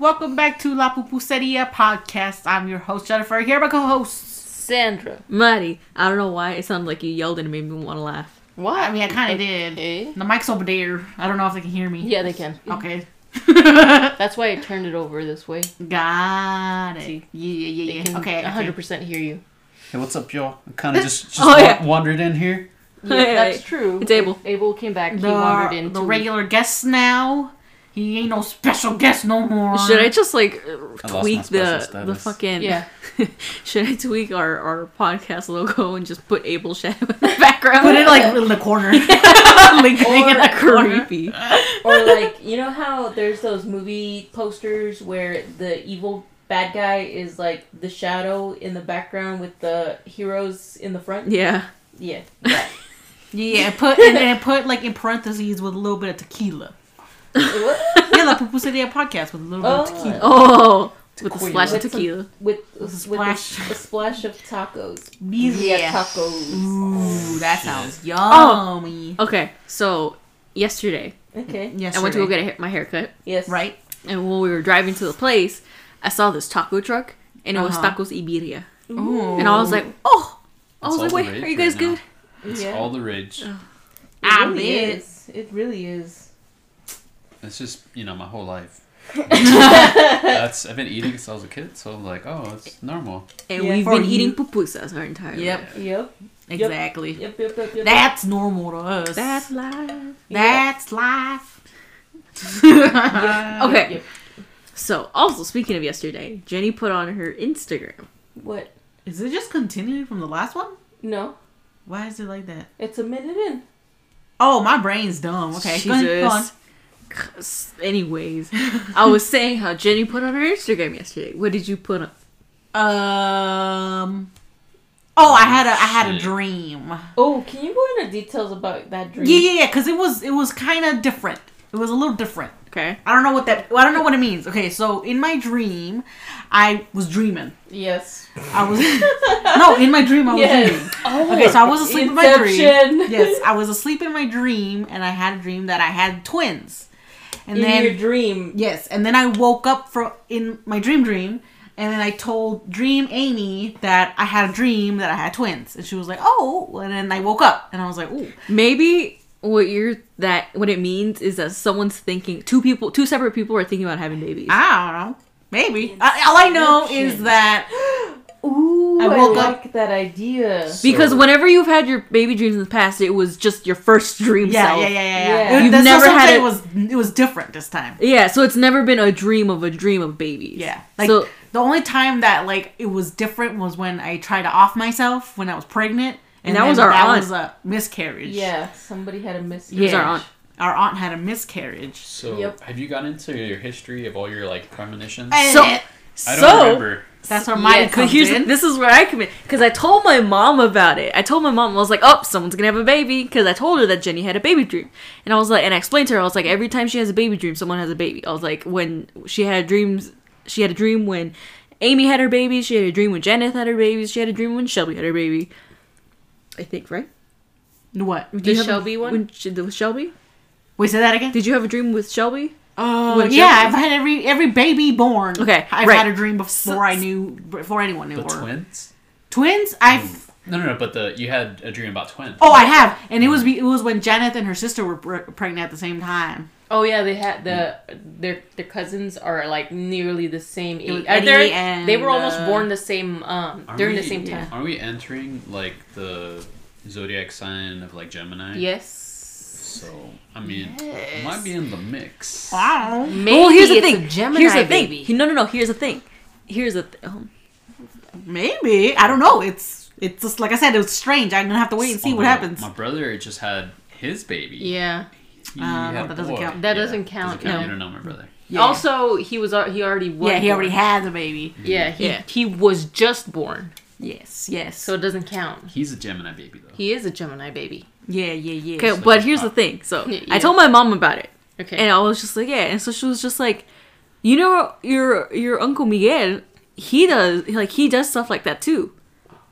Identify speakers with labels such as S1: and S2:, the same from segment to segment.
S1: Welcome back to La Pupuseria podcast. I'm your host Jennifer. Here my co-host.
S2: Sandra.
S3: Maddie, I don't know why it sounded like you yelled and made me want to laugh.
S2: What?
S1: I mean, I kind of did.
S2: Eh?
S1: The mic's over there. I don't know if they can hear me.
S2: Yeah, they can.
S1: Okay.
S2: That's why I turned it over this way.
S1: Got it. Yeah,
S2: See,
S1: yeah,
S2: They
S1: yeah.
S2: can
S1: yeah. Okay. okay.
S2: 100% hear you.
S4: Hey, what's up, y'all? I kind of just, just
S3: Oh, yeah.
S4: wa- wandered in here.
S3: Hey,
S2: that's
S3: hey.
S2: true.
S3: It's Abel.
S2: Abel came back. he wandered
S1: The,
S2: into
S1: the regular guests now. He ain't no special guest no more.
S3: Should I just like uh,
S4: I lost my
S3: tweak
S4: special
S3: the the
S4: status.
S3: fucking
S2: Yeah.
S3: Should I tweak our, our podcast logo and just put Abel Shadow in the background?
S1: Put it like in the corner. Lingering in the corner.
S3: creepy.
S2: or like, you know how there's those movie posters where the evil bad guy is like the shadow in the background with the heroes in the front?
S3: Yeah.
S2: Yeah.
S1: Yeah, put and, and put like in parentheses with a little bit of tequila.
S2: What?
S1: Yeah, La Pupuseria podcast with a little bit of
S2: Oh.
S1: tequila.
S3: Oh, with a
S4: Tequila.
S3: splash of
S2: With some-
S3: tequila.
S2: With, with a
S1: splash.
S2: splash. A, splash of tacos.
S1: Yeah. Mm.
S2: Birria tacos.
S1: Ooh, that sounds yummy.
S3: Oh. Okay, so yesterday,
S2: Okay.
S1: Yes,
S3: I went to go get a, ha- my haircut,
S2: Yes.
S1: right.
S3: and when we were driving to the place, I saw this taco truck, and it was
S1: Uh-huh.
S3: Tacos Iberia,
S1: Ooh.
S3: and I was like, oh, I
S4: It's
S3: was like,
S4: all the
S3: wait,
S4: rage
S3: are you guys
S4: right now.
S3: good? Ah,
S4: It's
S2: Yeah.
S4: all the rage.
S1: I
S2: It really
S1: bet.
S2: is. It really is.
S4: It's just, you know, my whole life. That's I've been eating since I was a kid, so I'm like, oh, it's normal.
S3: And
S2: Yeah.
S3: we've
S1: For
S3: been
S1: you.
S3: eating pupusas our entire
S1: Yep.
S3: life.
S2: Yep.
S1: Exactly.
S2: Yep. Yep. Yep. yep.
S1: That's normal to us.
S3: That's life.
S1: That's life. Uh,
S2: Yep,
S3: Okay.
S2: yep.
S3: So, also speaking of yesterday, Jenny put on her Instagram.
S2: What?
S1: Is it just continuing from the last one?
S2: No,
S1: Why is it like that?
S2: it's a minute in.
S1: Oh, my brain's dumb. Okay, go ahead, go on.
S3: Jesus. Anyways, I
S1: Oh.
S3: was saying how Jenny put on her Instagram yesterday. What did you put on?
S1: Um. Oh, I had a I had a
S4: Shit.
S1: dream. Yeah,
S2: Oh, can you go into details about that dream?
S1: yeah, yeah. Because it was it was kind of different. It was a little different.
S3: Okay.
S1: I don't know what that. I don't know what it means. Okay, so in my dream, I was dreaming.
S2: Yes.
S1: I was no in my dream. I was
S2: Yes. Oh,
S1: dreaming. Okay, so I was asleep in my
S2: Inception.
S1: dream. Yes, I was asleep in my dream, and I had a dream that I had twins. And
S2: In
S1: then
S2: your dream.
S1: yes, and then I woke up from in my dream dream, and then I told Dream Amy that I had a dream that I had twins, and she was like, "Oh," and then I woke up, and I was like, "Ooh."
S3: Maybe what you're that what it means is that someone's thinking two people, two separate people are thinking about having babies.
S1: I don't know. Maybe. I, all I know is
S2: Inception.
S1: that
S2: Ooh,
S1: I
S2: I,
S1: woke
S2: like that idea.
S3: because
S4: So-
S3: whenever you've had your baby dreams in the past, it was just your first dream.
S1: yeah,
S3: self.
S1: yeah, yeah, yeah, yeah.
S2: Yeah.
S1: It-
S3: You've
S1: that's
S3: never
S1: also
S3: had
S1: why
S3: it-
S1: was it was different this time.
S3: Yeah, so it's never been a dream of a dream of babies.
S1: Yeah. Like
S3: so
S1: the only time that like it was different was when I tried to off myself when I was pregnant.
S3: And that was
S1: then
S3: our
S1: that
S3: aunt.
S1: was a miscarriage.
S2: Yeah, somebody had a miscarriage.
S3: it was our aunt.
S1: Our aunt had a miscarriage.
S4: So
S2: Yep.
S4: have you got into your history of all your like premonitions?
S1: And
S3: So-
S1: it-
S4: I don't
S3: so
S4: remember.
S1: that's where mine
S3: Yeah, so
S1: comes
S3: here's
S1: in.
S3: this is where I come in because I told my mom about it. I told my mom I was like, "Oh, someone's gonna have a baby," because I told her that Jenny had a baby dream, and I was like, and I explained to her I was like, every time she has a baby dream, someone has a baby. I was like, when she had dreams, she had a dream when Amy had her baby, she had a dream when Janet had her baby, she had a dream when Shelby had her baby. I think right.
S1: what?
S3: Did you have a-
S2: Shelby one?
S3: When she, the Shelby?
S1: Wait, say that again.
S3: Did you have a dream with Shelby?
S1: Oh,
S3: What,
S1: yeah.
S3: Shelby?
S1: I've had every every baby born.
S3: Okay,
S1: I've
S3: right.
S1: had a dream before I knew before anyone knew.
S4: The
S1: were-
S4: twins? Mm.
S1: Twins? I've
S4: No, no, no. But the you had a dream about twins.
S1: oh, I have, and it was be- it was when Janet and her sister were pre- pregnant at the same time.
S2: Oh yeah, they had the their their cousins are like nearly the same
S1: was
S2: age.
S1: Eddie
S2: They're-
S1: and,
S2: they were almost
S1: uh,
S2: born the same um
S4: Aren't
S2: during
S4: we-
S2: the same time.
S4: Aren't we entering like the zodiac sign of like Gemini?
S2: Yes.
S4: So I mean, might be in the mix.
S1: I don't know.
S2: Maybe
S3: well, here's the
S2: it's
S3: thing.
S2: a Gemini
S3: here's the
S2: baby.
S3: thing. No, no, no. Here's the thing. Here's the th- um,
S1: Maybe I don't know. It's it's just like I said. It was strange. I'm gonna have to wait and see what
S4: Although
S1: happens.
S4: Oh, My brother just had his baby.
S2: Yeah.
S4: He
S1: Uh,
S4: had
S1: that
S4: a
S1: doesn't
S4: boy.
S1: count.
S2: That doesn't count, no.
S4: You don't know my brother.
S1: Yeah.
S2: Also, he was al- he already was
S1: yeah, he already
S2: born.
S1: had the baby.
S2: Yeah, he
S3: Yeah.
S2: he was just born,
S1: Yes, yes.
S2: so it doesn't count.
S4: He's a Gemini baby though.
S2: He is a Gemini baby.
S1: yeah, yeah, yeah.
S3: Okay,
S4: So
S3: but
S4: it's
S3: here's the
S4: not-
S3: thing. So
S2: Yeah,
S3: I
S2: yeah.
S3: told my mom about it,
S2: Okay.
S3: and I was just like, yeah. And so she was just like, you know, your your uncle Miguel, he does like he does stuff like that too.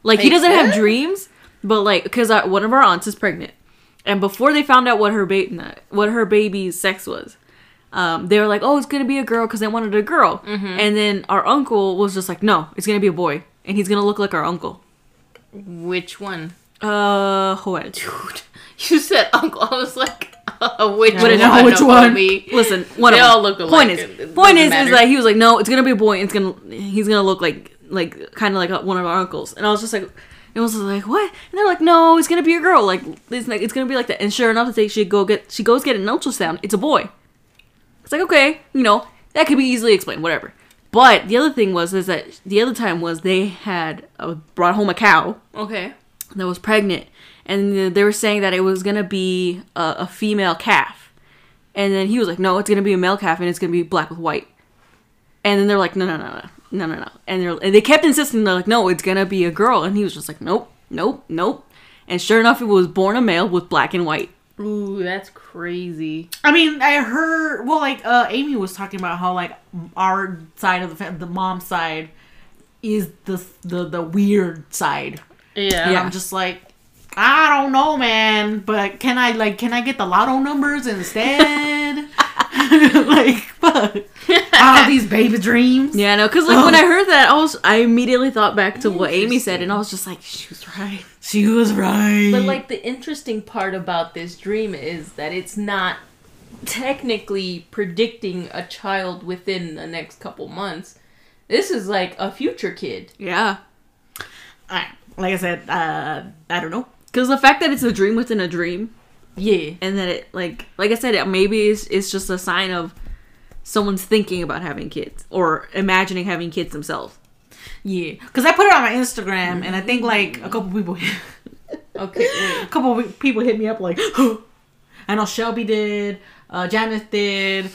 S3: Like he
S2: Like
S3: doesn't have
S2: that?
S3: dreams, but like because one of our aunts is pregnant, and before they found out what her ba- what her baby's sex was, um, they were like, "Oh, it's gonna be a girl" because they wanted a girl, and then our uncle was just like, "No, it's gonna be a boy, and he's gonna look like our uncle."
S2: Which one?
S3: Uh, Joel.
S2: Dude, you said uncle. I was like, uh, which
S1: I
S2: one?
S1: know which
S2: Don't
S1: one.
S2: be-
S3: Listen, one
S2: They
S3: of them.
S2: all look alike.
S3: Point
S2: It- it
S3: is, point
S2: doesn't
S3: is,
S2: matter.
S3: is that he was like, no, it's gonna be a boy. And it's gonna he's gonna look like like kind of like uh, one of our uncles. And I was just like, it was just like what? And they're like, no, it's gonna be a girl. Like it's like it's gonna be like that. And sure enough, they she go get she goes get an ultrasound. It's a boy. It's like okay, you know that could be easily explained. Whatever. But the other thing was is that the other time was they had uh, brought home a cow
S2: Okay.
S3: that was pregnant, and they were saying that it was gonna be a, a female calf, and then he was like, "No, it's gonna be a male calf, and it's gonna be black with white," and then they're like, "No, no, no, no, no, no, no," and, they're, and they kept insisting. They're like, "No, it's gonna be a girl," and he was just like, "Nope, nope, nope," and sure enough, it was born a male with black and white.
S2: Ooh, that's crazy.
S1: I mean, I heard. Well, like uh, Amy was talking about how like our side of the fa- the mom side is the the the weird side.
S2: Yeah.
S1: And I'm just like, I don't know, man. But can I like can I get the lotto numbers instead? like, fuck. All these baby dreams.
S3: Yeah, no, because like when I heard that, I was I immediately thought back to what Amy said, and I was just like, "She was right."
S1: She was right.
S5: But like the interesting part about this dream is that it's not technically predicting a child within the next couple months. This is like a future kid.
S3: Yeah,
S1: I, like I said, uh, I don't know.
S3: because the fact that it's a dream within a dream
S5: Yeah.
S3: and that it like like I said, it maybe it's, it's just a sign of someone's thinking about having kids or imagining having kids themselves.
S1: Yeah, because I put it on my Instagram, and I think like a couple people,
S5: Okay. Wait.
S1: a couple of people hit me up like, I know Shelby did, uh, Janice did,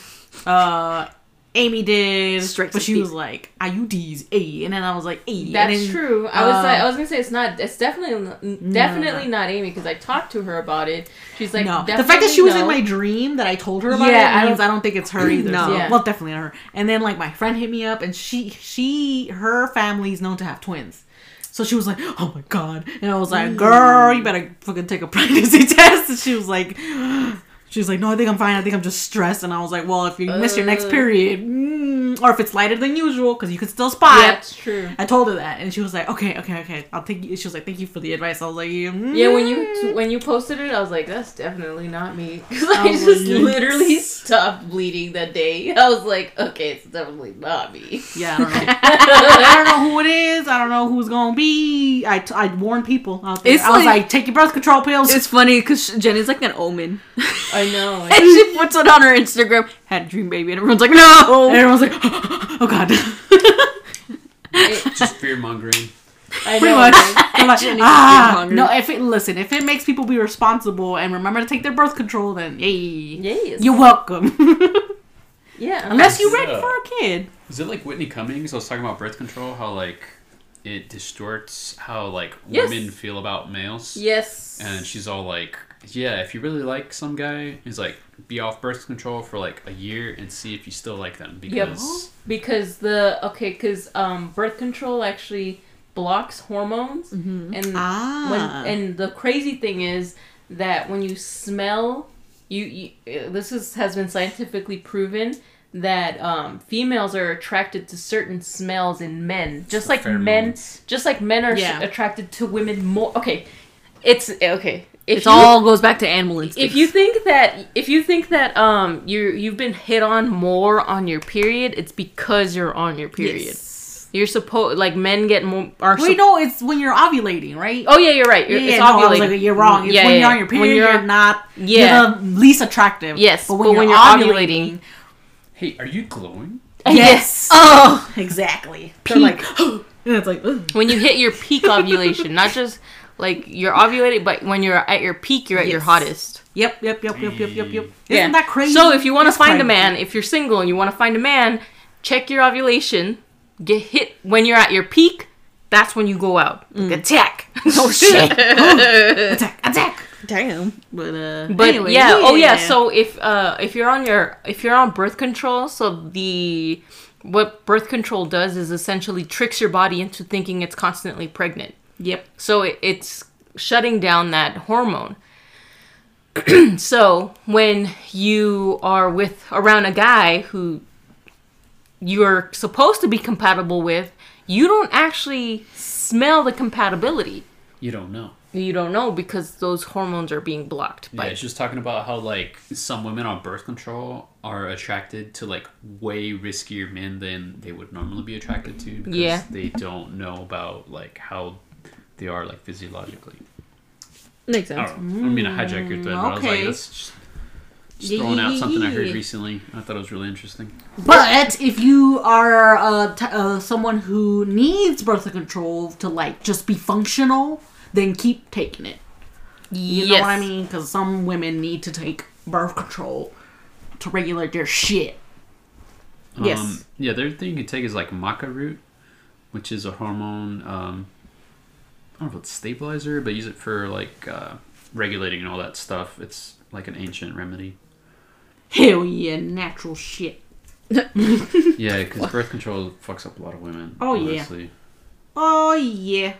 S1: uh, Amy did,
S3: Straight
S1: but
S3: to
S1: she
S3: speak.
S1: was like IUDs, a, and then I was like, a.
S5: That's
S1: and then,
S5: true. I was
S1: uh,
S5: like, I was gonna say it's not. It's definitely definitely not Amy because I talked to her about it. She's like,
S1: no, the fact that she was in
S5: definitely
S1: my
S5: no.
S1: dream that I told her about
S5: Yeah,
S1: it
S5: I
S1: means I don't, think it's her either.
S3: No.
S1: so-
S5: Yeah.
S1: well, definitely not her. And then like my friend hit me up, and she she her family is known to have twins. So she was like, "Oh my god!" And I was
S5: Mm.
S1: like, "Girl, you better fucking take a pregnancy test." And she was like, "She was like, no, I think I'm fine. I think I'm just stressed." And I was like, "Well, if you miss your
S5: Uh.
S1: next period, mm, or if it's lighter than usual, because you can still spot."
S5: That's true.
S1: I told her that, and she was like, "Okay, okay, okay. I'll take." You. She was like, "Thank you for the advice." I was like, mm.
S5: Yeah, when you when you posted it, I was like, "That's definitely not me," because I
S1: Oh,
S5: just
S1: yikes.
S5: literally stopped bleeding that day. I was like, "Okay, it's definitely not me."
S1: Yeah, I don't know. I don't know who it is. I don't know who's gonna be. I, t- I warn people. Out there.
S3: It's
S1: I was
S3: like-
S1: like, take your birth control pills.
S3: It's funny because Jenny's like an omen,
S5: I know.
S3: and she puts it on her Instagram. Had a dream baby, and everyone's like, "No."
S1: And everyone's like, oh god.
S4: Just fear mongering.
S5: I
S1: Pretty
S5: know.
S1: much.
S5: right?
S1: I'm like,
S3: Jenny's
S1: ah,
S3: hungry.
S1: no. If it listen, if it makes people be responsible and remember to take their birth control, then yay,
S5: Yes.
S1: you're welcome.
S5: yeah.
S1: Unless you're ready
S4: Yeah.
S1: for a kid.
S4: Is it like Whitney Cummings? I was talking about birth control, how like it distorts how like
S5: Yes.
S4: women feel about males.
S5: yes.
S4: And she's all like, "Yeah, if you really like some guy, he's like, be off birth control for like a year and see if you still like them because
S5: because the okay, because um, birth control actually blocks hormones, and
S1: Ah.
S5: when, and the crazy thing is that when you smell, you, you uh, this is has been scientifically proven that um, females are attracted to certain smells in men, just like men,
S4: pheromones.
S5: just like men are s-
S1: Yeah.
S5: attracted to women more. Okay, it's okay. If
S3: It
S5: you-
S3: all goes back to animal instincts.
S5: if you think that if you think that um you you've been hit on more on your period, it's because you're on your period. You're supposed like men get more are
S1: Well,
S5: sup-
S1: you know, it's when you're ovulating, right?
S5: Oh yeah, you're right. You're,
S1: yeah,
S5: it's
S1: no, I was
S5: ovulating.
S1: like, you're wrong. It's
S5: Yeah,
S1: when
S5: yeah,
S1: you're on
S5: yeah.
S1: your period,
S5: When
S1: you're,
S5: you're-
S1: not.
S5: Yeah.
S1: You're the least attractive.
S5: Yes,
S1: but when, you're, ovulating,
S4: hey, are you glowing?
S1: Yes.
S5: Oh,
S1: Exactly. They're like, and it's like, ugh.
S2: When you hit your peak ovulation, not just like you're ovulated, but when you're at your peak, you're at your
S1: Yes.
S2: hottest.
S1: yep, yep, yep, yep, yep, yep, yep. Isn't
S2: Yeah.
S1: that crazy?
S2: So if you want to
S1: It's
S2: find a
S1: crazy.
S2: man, if you're single and you want to find a man, check your ovulation. Get hit when you're at your peak. That's when you go out.
S1: Mm.
S2: Like, Attack. Oh shit.
S1: attack, attack.
S3: damn, but uh,
S2: But
S3: anyway,
S2: yeah, oh yeah. So if uh if you're on your if you're on birth control, so the what birth control does is essentially tricks your body into thinking it's constantly pregnant.
S3: yep,
S2: So it, it's shutting down that hormone. so when you are with around a guy who you're supposed to be compatible with, you don't actually smell the compatibility.
S4: You don't know.
S2: You don't know because those hormones are being blocked
S4: Yeah,
S2: by
S4: it's just talking about how like some women on birth control are attracted to like way riskier men than they would normally be attracted to because
S2: Yeah.
S4: they don't know about like how they are like physiologically.
S3: Makes
S4: I
S3: sense.
S4: don't know. I don't mean to hijack your thread, but I was like,
S1: Mm, okay.
S4: that's just, just throwing out something I heard
S1: Yeah.
S4: recently. I thought it was really interesting.
S1: But if you are uh, t- uh, someone who needs birth control to like just be functional, then keep taking it. You know what I mean? Because some women need to take birth control to regulate their shit.
S3: Yes.
S4: Um, yeah, the other thing you can take is like maca root, which is a hormone. Um, I don't know if it's stabilizer, but use it for like uh, regulating and all that stuff. It's like an ancient remedy.
S1: Hell yeah, natural shit.
S4: Yeah, because birth control fucks up a lot of women.
S1: Oh, yeah.
S4: honestly.
S1: Oh yeah.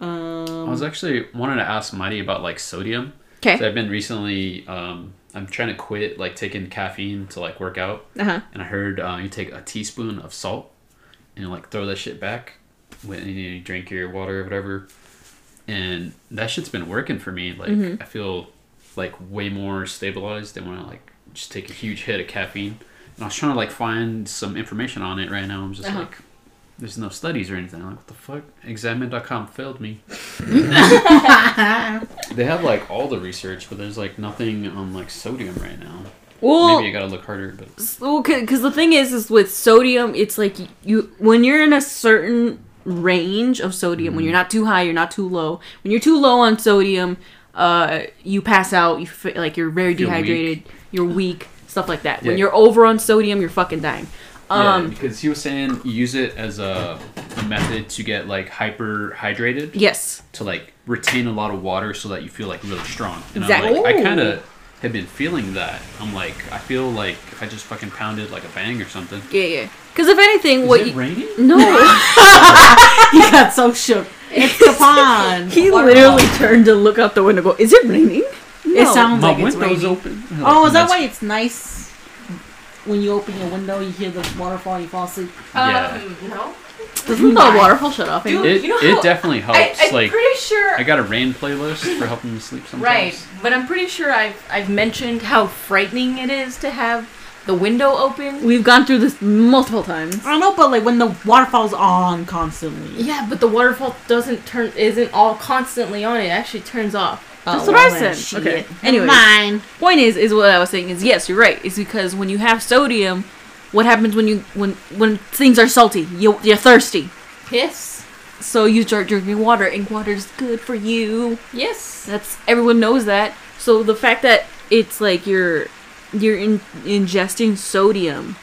S4: I
S1: Um,
S4: was actually wanted to ask Mighty about like sodium.
S3: 'Kay.
S4: So I've been recently. Um, I'm trying to quit like taking caffeine to like work out,
S3: Uh-huh.
S4: and I heard uh, you take a teaspoon of salt and like throw that shit back when you drink your water or whatever, and that shit's been working for me. Like I feel like way more stabilized than when I like just take a huge hit of caffeine. And I was trying to like find some information on it right now. I'm just like. There's no studies or anything. I'm like, what the fuck? Examine.com failed me they have like all the research, but there's like nothing on like sodium right now.
S3: Well,
S4: Maybe I gotta look harder, but
S3: because the thing is, is with sodium, it's like you when you're in a certain range of sodium, when you're not too high, you're not too low. When you're too low on sodium, uh, you pass out. You f- like you're very
S4: Feel weak.
S3: dehydrated. You're weak, stuff like that. When
S4: Yeah.
S3: you're over on sodium, you're fucking dying.
S4: yeah,
S3: Um,
S4: because he was saying you use it as a, a method to get like hyper hydrated
S3: yes,
S4: to like retain a lot of water so that you feel like really strong. And
S3: Exactly.
S4: I'm like, I kind of have been feeling that. I'm like, I feel like if I just fucking pounded like a bang or something.
S3: yeah, yeah. Because if anything, what
S4: Is it
S3: you,
S4: raining?
S3: no,
S1: he got so shook. It's Stefan.
S3: he literally turned to look out the window. Go, is it raining?
S1: It
S3: No.
S1: sounds
S4: My
S1: like it's
S4: window's
S1: raining.
S4: open.
S1: Oh, is that
S4: That's-
S1: why it's nice when you open your window, you hear the waterfall, you fall asleep?
S2: Um,
S4: Yeah. Oh,
S5: no.
S3: This is not a waterfall. Shut off.
S5: Dude,
S4: It,
S5: you know
S4: it
S5: how-
S4: definitely
S5: I,
S4: helps.
S5: I'm
S4: like,
S5: pretty sure.
S4: I got a rain playlist for helping me sleep sometimes.
S2: Right, but I'm pretty sure I've I've mentioned how frightening it is to have the window open.
S3: We've gone through this multiple times.
S1: I don't know, but like when the waterfall's on constantly.
S2: Yeah, but the waterfall doesn't turn isn't all constantly on. It actually turns off.
S3: That's what I said. Okay. Anyways.
S1: Mine.
S3: point is is what I was saying is yes, you're right. It's because when you have sodium, what happens when you when when things are salty? You you're thirsty,
S2: Yes.
S3: so you start drinking water, and water's good for you.
S2: Yes.
S3: That's everyone knows that. So the fact that it's like you're you're in, ingesting sodium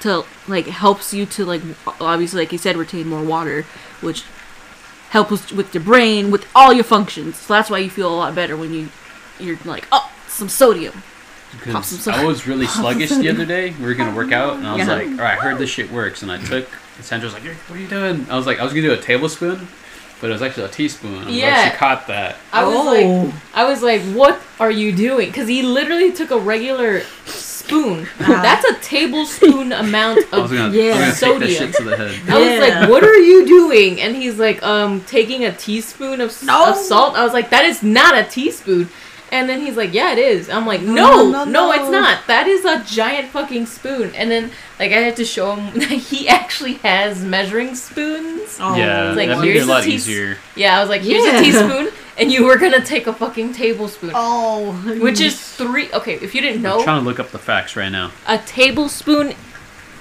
S3: to like helps you to like obviously like you said retain more water, which helps with your brain with all your functions. So that's why you feel a lot better when you you're like oh some sodium. Pop some
S4: Because
S3: soda.
S4: I was really sluggish the other day. We were gonna work out, and I was
S3: Yeah.
S4: like, "All right, I heard this shit works." And I took. And Sandra's like, "You're- "What are you doing?" I was like, "I was gonna do a tablespoon, but it was actually a teaspoon." I'm glad
S2: Yeah.
S4: she caught that.
S2: I was
S1: Oh.
S2: like, I was like, what are you doing? Because he literally took a regular spoon. That's a tablespoon amount
S4: I was
S2: of.
S4: gonna,
S1: Yeah.
S4: I was gonna take that
S2: Sodium.
S4: shit to the head.
S2: I was
S1: Yeah.
S2: like, what are you doing? And he's like, um, taking a teaspoon of, s
S1: No.
S2: of salt. I was like, that is not a teaspoon. And then he's like, yeah, it is. I'm like, no,
S1: no,
S2: no,
S1: no.
S2: it's not. That is a giant fucking spoon. And then, like, I had to show him that he actually has measuring spoons.
S1: Oh.
S4: yeah,
S2: It's like,
S4: that made it
S2: here's
S4: a
S2: the
S4: lot
S2: teas-
S4: easier.
S2: Yeah, I was like, here's
S1: Yeah.
S2: a teaspoon, and you were gonna take a fucking tablespoon.
S1: Oh.
S2: Which is three. Okay, if you didn't
S4: I'm
S2: know,
S4: trying to look up the facts right now.
S2: a tablespoon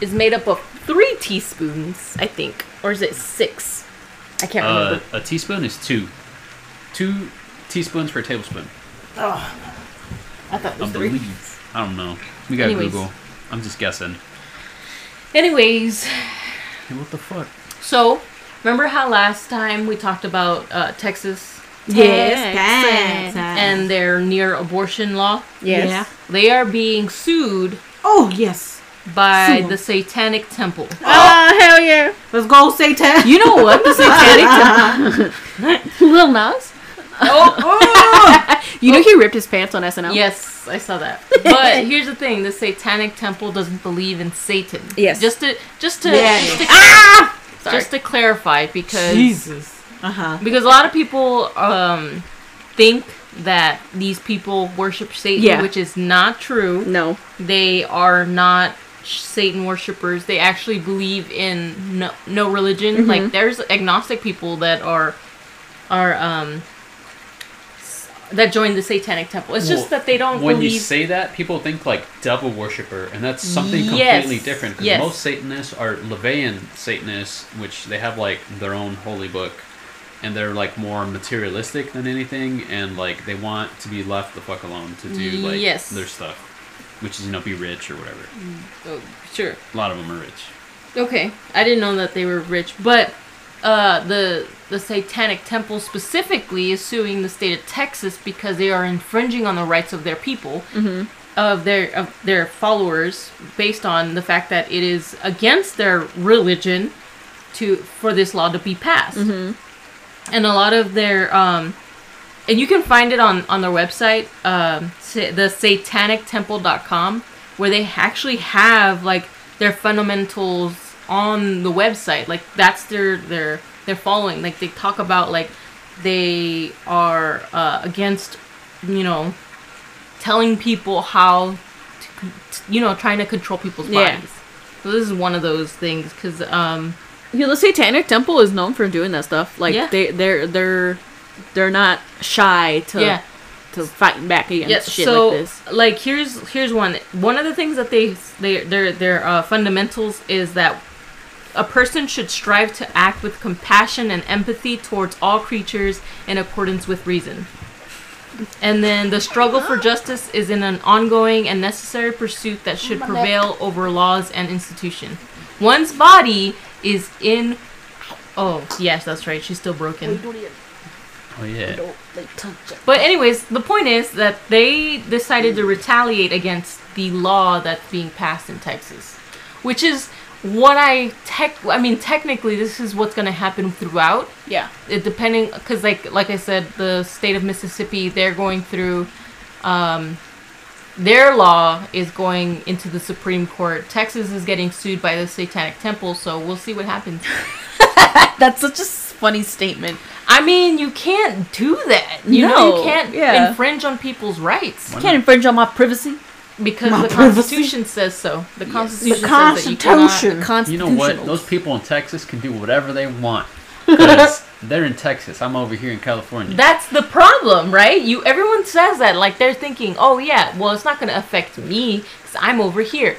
S2: is made up of three teaspoons, I think, or is it six? I can't
S4: Uh,
S2: remember.
S4: a teaspoon is two, two teaspoons per tablespoon.
S2: I thought it
S4: I
S2: was three.
S4: believe. I don't know. We got to
S2: Anyways.
S4: Google. I'm just guessing.
S2: Anyways,
S4: Hey, what the fuck?
S2: so remember how last time we talked about uh, Texas?
S3: Yes,
S1: Yes.
S2: And their near abortion law.
S1: Yes. Yeah.
S2: They are being sued
S1: Oh, yes.
S2: by
S1: Sue.
S2: the Satanic Temple.
S3: Oh, hell yeah.
S1: Let's go, Satan.
S3: You know what? The Satanic Temple. Lil Nas?
S1: Oh,
S3: You know he ripped his pants on SNL.
S2: Yes, I saw that. But here's the thing: the Satanic Temple doesn't believe in Satan.
S3: Yes. Ah!
S2: Just to just to
S1: Yeah,
S2: just, to, just to clarify, because
S1: Jesus. Uh huh.
S2: because a lot of people um think that these people worship Satan,
S3: Yeah.
S2: which is not true.
S3: No.
S2: They are not Satan worshippers. They actually believe in no, no religion. Like there's agnostic people that are are um s- that join the Satanic Temple. It's just
S4: Well,
S2: that they don't
S4: when
S2: believe.
S4: you say that, people think like devil worshiper, and that's something
S2: Yes.
S4: completely different. Because
S2: Yes.
S4: most Satanists are Levian Satanists, which they have like their own holy book, and they're like more materialistic than anything, and like they want to be left the fuck alone to do like
S2: Yes.
S4: their stuff, which is you know be rich or whatever.
S2: oh, sure.
S4: A lot of them are rich.
S2: Okay, I didn't know that they were rich, but uh, the the Satanic Temple specifically is suing the state of Texas because they are infringing on the rights of their people, of their of their followers, based on the fact that it is against their religion to for this law to be passed, and a lot of their um, and you can find it on on their website um sa- the satanictemple.com where they actually have like their fundamentals on the website like that's their their their following like they talk about like they are uh, against you know telling people how to con- t- you know trying to control people's
S3: Yeah.
S2: bodies so this is one of those things because um
S3: You know, the Satanic Temple is known for doing that stuff. Like
S2: Yeah.
S3: they they're they're they're not shy to
S2: yeah
S3: to fight back against
S2: yeah,
S3: shit
S2: so,
S3: like this.
S2: like, here's here's one. One of the things that they they their their uh, fundamentals is that a person should strive to act with compassion and empathy towards all creatures in accordance with reason. And then the struggle for justice is in an ongoing and necessary pursuit that should prevail over laws and institution. One's body is in. Oh yes, that's right. She's still broken.
S4: Oh yeah,
S2: But anyways, the point is that they decided to retaliate against the law that's being passed in Texas, which is what I tech. I mean, technically, this is what's going to happen throughout.
S3: Yeah.
S2: It depending, because like like I said, the state of Mississippi, they're going through. Um, their law is going into the Supreme Court. Texas is getting sued by the Satanic Temple, so we'll see what happens.
S3: That's such a s- funny statement.
S2: I mean, you can't do that. You know,
S3: No,
S2: you can't
S3: yeah.
S2: infringe on people's rights.
S4: Why
S3: Can't
S4: not?
S3: infringe on my privacy.
S2: Because
S1: My
S2: the
S1: privacy.
S2: Constitution says so. The Constitution.
S1: The
S2: Says that you
S1: Constitution.
S4: you
S3: Constitutional.
S4: know what? Those people in Texas can do whatever they want. 'cause they're in Texas. I'm over here in California.
S2: cannot- That's the problem, right? You. Everyone says that. Like they're thinking, oh yeah, well it's not going to affect me because I'm over here.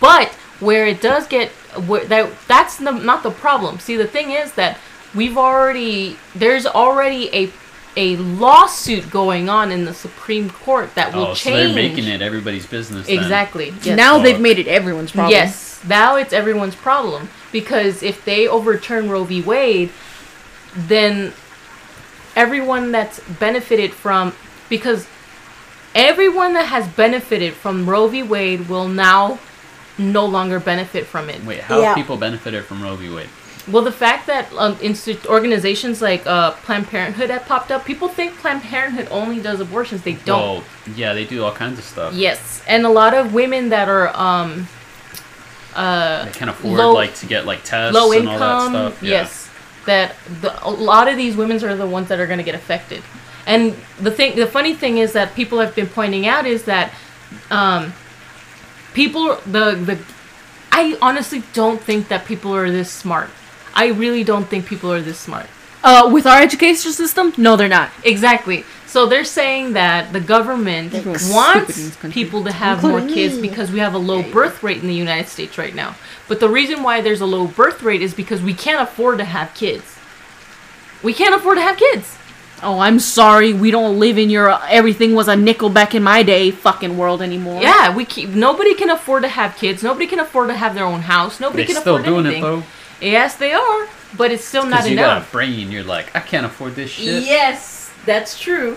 S2: But where it does get where that that's the, not the problem. See, the thing is that we've already there's already a a lawsuit going on in the Supreme Court that will
S4: oh, so
S2: change.
S4: they're making it everybody's business. then.
S2: exactly. Yes.
S3: Now
S4: Yes.
S3: they've made it everyone's problem.
S2: Yes, now it's everyone's problem because if they overturn Roe v. Wade, then everyone that's benefited from because everyone that has benefited from Roe v. Wade will now no longer benefit from it.
S4: Wait, how have
S1: Yeah.
S4: people benefited from Roe v. Wade?
S2: Well, the fact that um, institu- organizations like uh, Planned Parenthood have popped up, people think Planned Parenthood only does abortions. They don't.
S4: Well, yeah, they do all kinds of stuff.
S2: Yes, and a lot of women that are um,
S4: They can afford
S2: Low-
S4: like to get like tests
S2: low
S4: and
S2: income.
S4: all that stuff. Yeah.
S2: Yes, that the, a lot of these women are the ones that are going to get affected. And the thing, the funny thing is that people have been pointing out is that um, people, the the, I honestly don't think that people are this smart. I really don't think people are this smart.
S3: Uh, with our education system, no, they're not.
S2: Exactly. So they're saying that the government
S3: Everyone's stupid in
S2: wants
S3: this country.
S2: people to have more kids because we have a low birth rate in the United States right now. But the reason why there's a low birth rate is because we can't afford to have kids. We can't afford to have kids.
S3: Oh, I'm sorry. We don't live in your uh, everything was a nickel back in my day fucking world anymore.
S2: Yeah, we keep, nobody can afford to have kids. Nobody can afford to have their own house. Nobody
S4: They're
S2: can
S4: still
S2: afford
S4: doing
S2: anything.
S4: it though.
S2: Yes, they are, but it's still not
S4: Because you
S2: enough.
S4: got a brain, you're like, I can't afford this shit.
S2: Yes, that's true.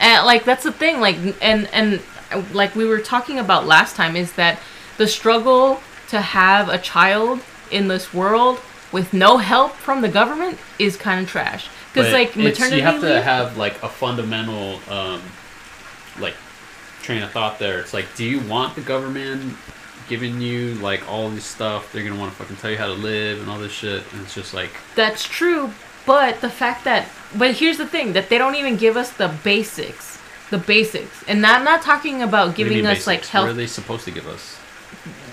S2: And like that's the thing. Like and and uh, like we were talking about last time is that the struggle to have a child in this world with no help from the government is kind of trash Because
S4: But
S2: like
S4: it's-
S2: maternity
S4: you have to
S2: leave-
S4: have like a fundamental um, like train of thought there. It's like, do you want the government giving you like all this stuff? They're gonna want to fucking tell you how to live and all this shit. And it's just like,
S2: That's true, but the fact that but here's the thing that they don't even give us the basics, the basics, and I'm not talking about
S4: what do you
S2: giving
S4: mean
S2: us like
S4: basics? What are
S2: health.
S4: they supposed to give us?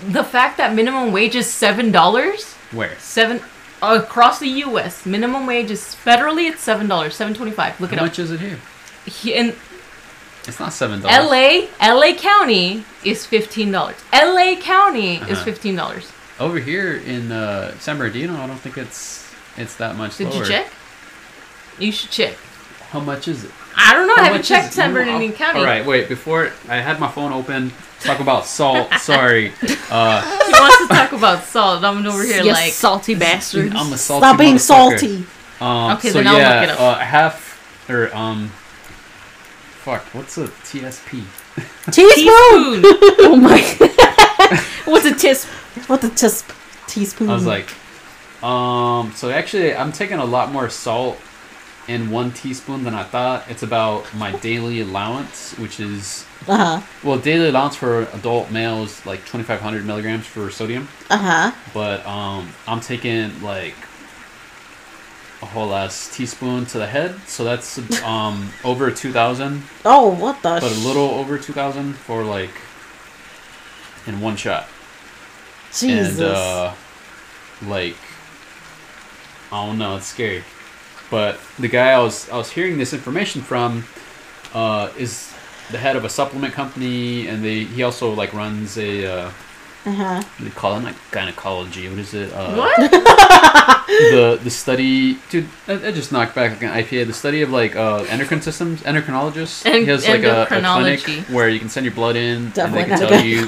S2: The fact that minimum wage is seven dollars,
S4: Where?
S2: seven across the U.S. minimum wage is federally it's seven dollars, seven twenty-five. Look
S4: How
S2: it up.
S4: much is it here?
S2: He- In
S4: It's not seven dollars.
S2: L.A., L.A. County is fifteen dollars. L.A. County is
S4: Uh-huh.
S2: fifteen dollars.
S4: Over here in uh, San Bernardino, I don't think it's it's that much
S2: Did
S4: lower.
S2: you check? You should check.
S4: How much is it?
S2: I don't know. I
S4: How
S2: haven't
S4: much
S2: checked
S4: is-
S2: San
S4: no, I'll-
S2: Bernardino County.
S4: All right, wait. Before I had my phone open, talk about salt. Sorry, uh,
S2: He wants to talk about salt. I'm over here
S3: you
S2: like
S3: salty bastards.
S4: I'm a salty.
S1: Stop being
S4: motherfucker.
S1: salty.
S4: Um,
S2: Okay,
S4: so
S2: then
S4: yeah,
S2: I'll look it up.
S4: Uh, half or um, fuck. What's a TSP?
S1: Teaspoon.
S2: spoon.
S3: oh my. What's a tis?
S1: What the tis- teaspoon?
S2: Mm-hmm.
S4: I was like, um. So actually, I'm taking a lot more salt in one teaspoon than I thought. It's about my daily allowance, which is
S1: uh huh,
S4: well, daily allowance for adult male is like 2,500 milligrams for sodium.
S1: uh huh.
S4: but um, I'm taking like a whole ass teaspoon to the head, so that's um over two thousand,
S1: Oh, what the?
S4: but a little over two thousand for like in one shot,
S1: sh- Jesus.
S4: and uh, like I don't know, it's scary. But the guy I was I was hearing this information from uh, is the head of a supplement company, and they he also like runs a uh,
S1: uh huh.
S4: what do they call it like gynecology. What is it? Uh,
S2: what?
S4: the the study, dude. I, I just knocked back like an IPA. The study of like uh, endocrine systems, endocrinologists.
S2: En-
S4: he has like a, a clinic
S2: endocrinology.
S4: where you can send your blood in,
S1: Definitely
S4: and they
S1: not
S4: can
S1: a
S4: tell you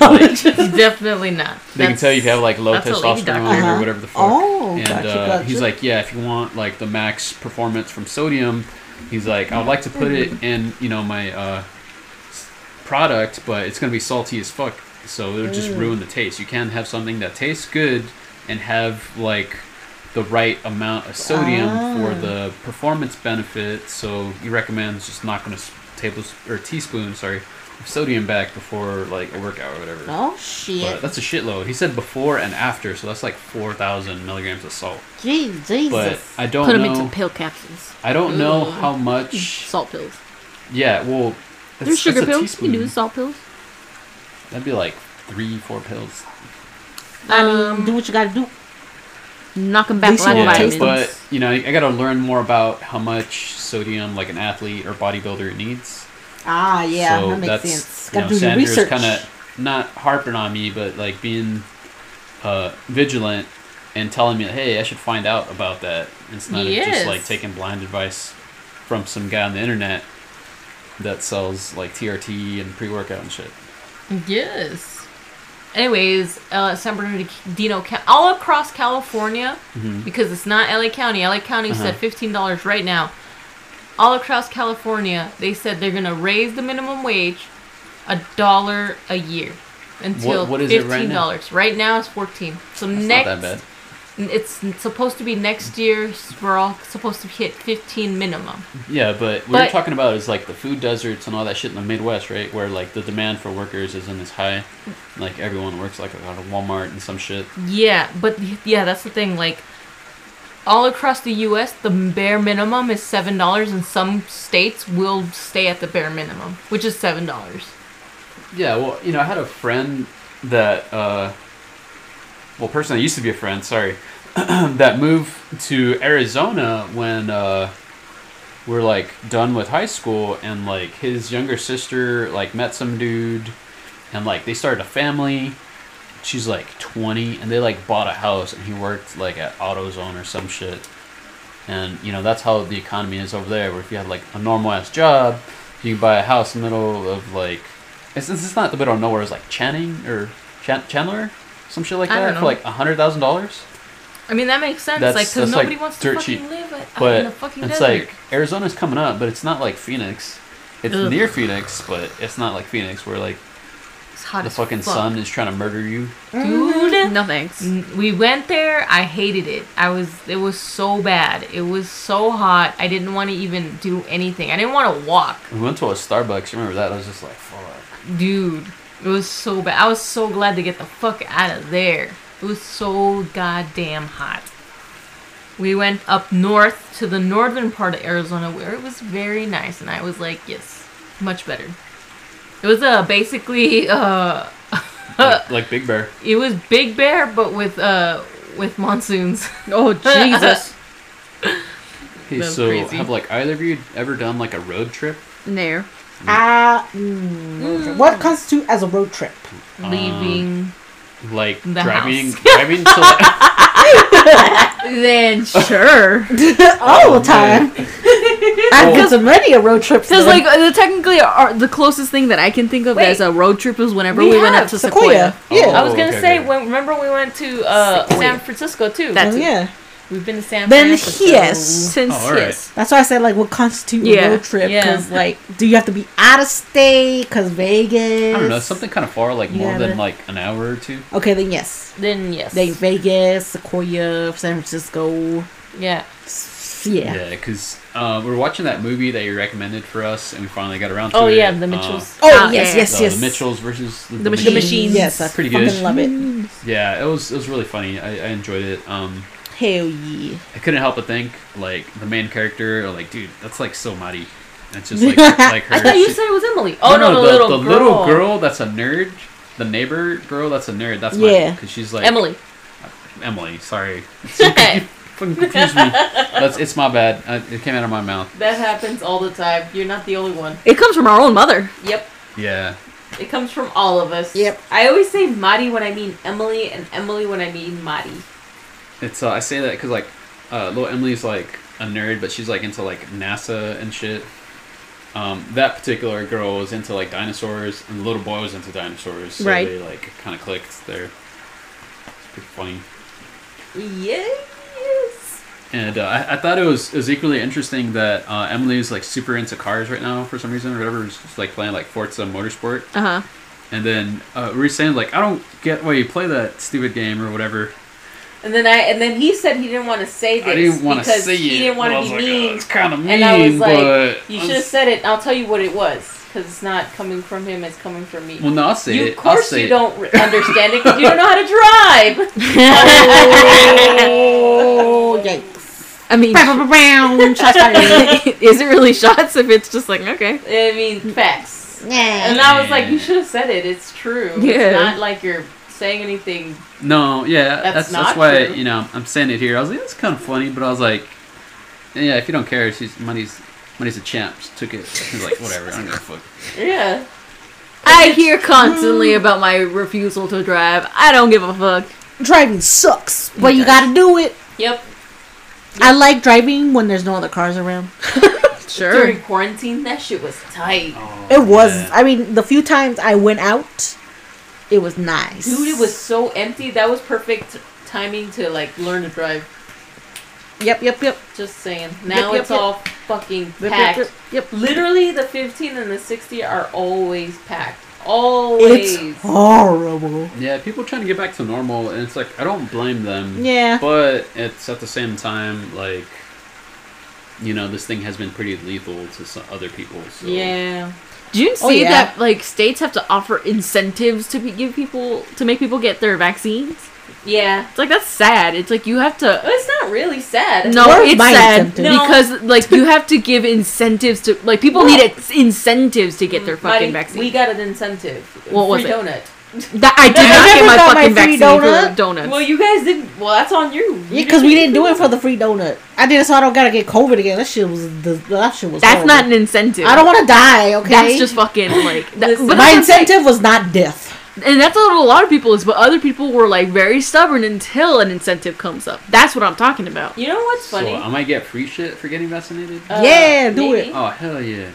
S4: like,
S2: Definitely not.
S4: they can
S2: That's-
S4: tell you if you have like low
S2: that's a lady
S4: testosterone
S2: doctor.
S1: Uh-huh.
S4: or whatever the fuck.
S1: Oh,
S4: and
S1: gotcha,
S4: uh,
S1: gotcha.
S4: he's like, yeah, if you want like the max performance from sodium, he's like, I would like to put
S1: Mm-hmm.
S4: it in you know my uh, s- product, but it's gonna be salty as fuck, so it'll
S1: Mm.
S4: just ruin the taste. You can have something that tastes good and have like the right amount of sodium for
S1: Ah.
S4: the performance benefit. So he recommends just knocking a s- tables or teaspoon, sorry, of sodium back before like a workout or whatever.
S1: Oh shit.
S4: But that's a shitload. He said before and after, so that's like four thousand milligrams of salt.
S1: Gee, Jesus.
S4: But I don't
S3: Put them
S4: know.
S3: in some pill capsules.
S4: I don't know how much.
S3: Salt pills.
S4: Yeah, well, that's,
S3: There's sugar
S4: that's a
S3: pills. You
S4: Teaspoon.
S3: can do salt pills.
S4: That'd be like three, four pills.
S1: I mean,
S2: Um,
S1: do what you gotta do.
S3: Knock them back
S1: Least you
S3: like
S1: won't
S4: yeah,
S1: taste
S3: vitamins.
S4: but you know, I gotta learn more about how much sodium like an athlete or bodybuilder needs.
S1: Ah, yeah,
S4: so
S1: that makes
S4: that's,
S1: sense.
S4: You
S1: Gotta
S4: know,
S1: do your
S4: Sandra's
S1: research.
S4: kind of not harping on me, but like being uh, vigilant and telling me, hey, I should find out about that. It's not
S2: Yes.
S4: just like taking blind advice from some guy on the internet that sells like TRT and pre workout and shit.
S2: Yes. Anyways, uh, San Bernardino, Ca- all across California, because it's not LA County. LA County said
S4: Mm-hmm. Uh-huh.
S2: fifteen dollars right now. All across California, they said they're gonna raise the minimum wage a dollar a year until
S4: what is it right
S2: fifteen
S4: now?
S2: dollars. Right now it's fourteen. So
S4: It's
S2: next,
S4: not that bad.
S2: it's supposed to be next year. s- We're all supposed to hit fifteen minimum.
S4: Yeah, but what you're
S2: But-
S4: talking about is like the food deserts and all that shit in the Midwest, right? Where like the demand for workers isn't as high. Like everyone works like out of Walmart and some shit.
S2: Yeah, but y- yeah, that's the thing. Like, all across the U.S., the bare minimum is seven dollars, and some states will stay at the bare minimum, which is seven dollars.
S4: Yeah, well, you know, I had a friend that, uh, well, person that used to be a friend, sorry, that moved to Arizona when uh, we're like done with high school, and like his younger sister like met some dude, and like they started a family. She's like twenty, and they like bought a house, and he worked like at AutoZone or some shit. And you know that's how the economy is over there. Where if you have like a normal ass job, you can buy a house in the middle of like, it's, it's not the middle of nowhere. It's like Channing or Chan- Chandler, some shit like
S2: I
S4: that
S2: don't
S4: for
S2: know.
S4: like a hundred thousand dollars.
S2: I mean, that makes sense.
S4: That's-
S2: like,
S4: that's,
S2: because nobody
S4: like,
S2: wants to
S4: dirt
S2: fucking
S4: cheap.
S2: live out in the
S4: But
S2: fucking
S4: it's
S2: desert.
S4: like Arizona's coming up, but it's not like Phoenix. It's near Phoenix, but it's not like Phoenix where like
S2: it's hot
S4: the
S2: as
S4: fucking
S2: fuck.
S4: sun is trying to murder you.
S2: dude.
S3: No thanks.
S2: We went there. I hated it. I was. It was so bad. It was so hot. I didn't want to even do anything. I didn't want to walk,
S4: We went to a Starbucks. Remember that? I was just like, fuck.
S2: dude. It was so bad. I was so glad to get the fuck out of there. It was so goddamn hot. We went up north to the northern part of Arizona where it was very nice, and I was like, yes, much better. It was uh, basically uh,
S4: Like, like Big Bear.
S2: it was Big Bear, but with uh, with monsoons.
S3: Oh Jesus.
S4: Hey,
S2: That's
S4: so
S2: crazy.
S4: have like either of you ever done like a road trip?
S3: there.
S1: Ah, mm, road trip. what constitutes as a road trip?
S2: leaving.
S4: Like
S2: The
S4: driving,
S2: house.
S4: driving to like,
S3: Then sure.
S1: All the time.
S4: Oh, man.
S1: I've been to many a road trip.
S3: Because like uh, technically, our, the closest thing that I can think of
S2: Wait.
S3: as a road trip was whenever
S2: We
S3: we, went
S2: have
S3: up to
S1: Sequoia.
S3: Sequoia.
S1: Yeah.
S2: I was
S4: Oh,
S2: gonna
S4: okay,
S2: say
S4: okay.
S2: when remember we went to uh,
S3: Sequoia.
S2: San Francisco too.
S3: That's
S1: Oh, yeah.
S2: We've been to San
S1: Then
S2: Francisco.
S1: yes.
S3: Since
S4: Oh, all right.
S3: yes.
S1: That's why I said like what constitutes
S3: Yeah.
S1: a road trip?
S2: Yeah.
S1: Because like, do you have to be out of state? Because Vegas.
S4: I don't know, something kind of far, like more
S1: Yeah,
S4: than
S1: but-
S4: like an hour or two.
S1: Okay, then yes.
S2: Then yes.
S1: Then Vegas, Sequoia, San Francisco.
S2: yeah.
S1: S- Yeah.
S4: Yeah, because uh, we were watching that movie that you recommended for us, and we finally got around to
S2: Oh
S4: it.
S2: yeah, the
S4: Uh,
S2: Mitchells.
S1: Oh
S3: Ah,
S1: yes,
S3: yeah.
S1: yes,
S4: uh,
S1: yes.
S4: The Mitchells versus the,
S3: Machines.
S1: The machines. Yes, I
S4: Pretty
S1: fucking
S4: good.
S1: love it.
S4: Yeah, it was it was really funny. I, I enjoyed it. Um,
S1: Hell yeah.
S4: I couldn't help but think like the main character, or like dude, that's like so mighty. And It's just like like her.
S2: I thought you
S4: she-
S2: said it was Emily. Oh no,
S4: the,
S2: the, little,
S4: the
S2: girl.
S4: little girl that's a nerd. The neighbor girl that's a nerd. That's yeah.
S1: Yeah.
S4: Because she's like
S2: Emily.
S4: Emily, sorry.
S2: that
S4: Fucking confused me. That's it's my bad. I, it came out of my mouth.
S2: happens all the time. You're not the only one.
S3: It comes from our own mother.
S2: Yep.
S4: Yeah.
S2: It comes from all of us.
S1: Yep.
S2: I always say Madi when I mean Emily, and Emily when I mean Madi.
S4: It's uh, I say that because like uh, little Emily's like a nerd, but she's like into like NASA and shit. Um, that particular girl was into like dinosaurs, and the little boy was into dinosaurs. So
S3: Right.
S4: They like kind of clicked there. It's pretty funny.
S2: Yes.
S4: And uh, I, I thought it was it was equally interesting that uh, Emily's like super into cars right now for some reason or whatever. She's like playing like Forza Motorsport.
S3: Uh huh.
S4: And then uh, we were saying like I don't get why you play that stupid game or whatever.
S2: And then I and then he said he didn't want to say this
S4: I didn't want to
S2: because
S4: say it.
S2: he didn't want
S4: but I
S2: to
S4: was
S2: be
S4: like, "Oh,
S2: mean.
S4: it's kind of mean,
S2: and I was like,
S4: but
S2: you
S4: I'm
S2: should have
S4: s-
S2: said it. and I'll tell you what it was because it's not coming from him; it's coming from me.
S4: Well, no, I'll say
S2: you,
S4: it.
S2: of course,
S4: I'll say
S2: you
S4: it.
S2: don't re- understand it because you don't know how to drive.
S1: Oh yikes.
S3: I mean,
S1: Bow-bow-bow, shots fired.
S3: is it really shots if it's just like okay?
S2: I mean, facts. And
S1: Yeah.
S2: I was like, you should have said it. It's true.
S3: Yeah.
S2: It's not like you're saying anything.
S4: No, yeah, that's that's,
S2: That's not
S4: why
S2: true.
S4: you know I'm saying it here. I was like, that's kind of funny, but I was like, yeah, if you don't care, she's money's money's a champ. She took it. She's like, whatever, I don't give a fuck.
S2: Yeah.
S3: I hear constantly about my refusal to drive. I don't give a fuck.
S1: Driving sucks, but you
S3: Yes.
S1: gotta do it.
S2: Yep.
S1: I like driving when there's no other cars around.
S3: Sure.
S2: During quarantine, that shit was tight.
S1: It was.
S4: uh,
S1: I mean, the few times I went out, it was nice.
S2: Dude, it was so empty. That was perfect timing to like learn to drive.
S1: Yep, yep, yep.
S2: Just saying. Now
S1: yep,
S2: it's
S1: yep.
S2: all fucking
S1: Yep,
S2: packed.
S1: Yep, yep, yep.
S2: Literally, the 15 and the 60 are always packed. Always.
S1: It's horrible.
S4: Yeah, people trying to get back to normal, and it's like I don't blame them.
S1: Yeah.
S4: but it's at the same time like, you know, this thing has been pretty lethal to some other people. So.
S2: yeah.
S3: Do you see
S1: Oh, yeah.
S3: that like states have to offer incentives to be- give people to make people get their vaccines?
S2: Yeah.
S3: It's like that's sad. It's like you have to.
S2: But it's not really sad.
S3: No,
S1: Where's
S3: it's
S1: my
S3: sad
S1: incentive? No.
S3: because like you have to give incentives to like people need ex- incentives to get their fucking
S2: Mm, Buddy,
S3: vaccine.
S2: We got an incentive.
S3: What was
S2: Free
S3: it?
S2: donut.
S3: That I did
S1: I
S3: not get
S1: never
S3: my
S1: got
S3: fucking
S1: my free
S3: vaccine donut.
S1: donut.
S3: for donuts.
S2: Well, you guys didn't. Well, that's on you. You
S1: Yeah, because we didn't do it for the free donut. I did it so I don't gotta get COVID again. That shit was. The, that shit was.
S3: That's
S1: horrible.
S3: not an incentive.
S1: I don't want to die. Okay.
S3: That's just fucking like. That,
S2: Listen.
S3: but
S1: my
S3: that's what I'm
S1: incentive was not death.
S3: saying. and that's what a lot of people is. But other people were like very stubborn until an incentive comes up. That's what I'm talking about.
S2: You know what's
S4: So uh,
S2: funny?
S4: I might get free shit for getting vaccinated.
S2: Uh,
S1: Yeah, do
S2: maybe.
S1: it.
S4: oh hell yeah!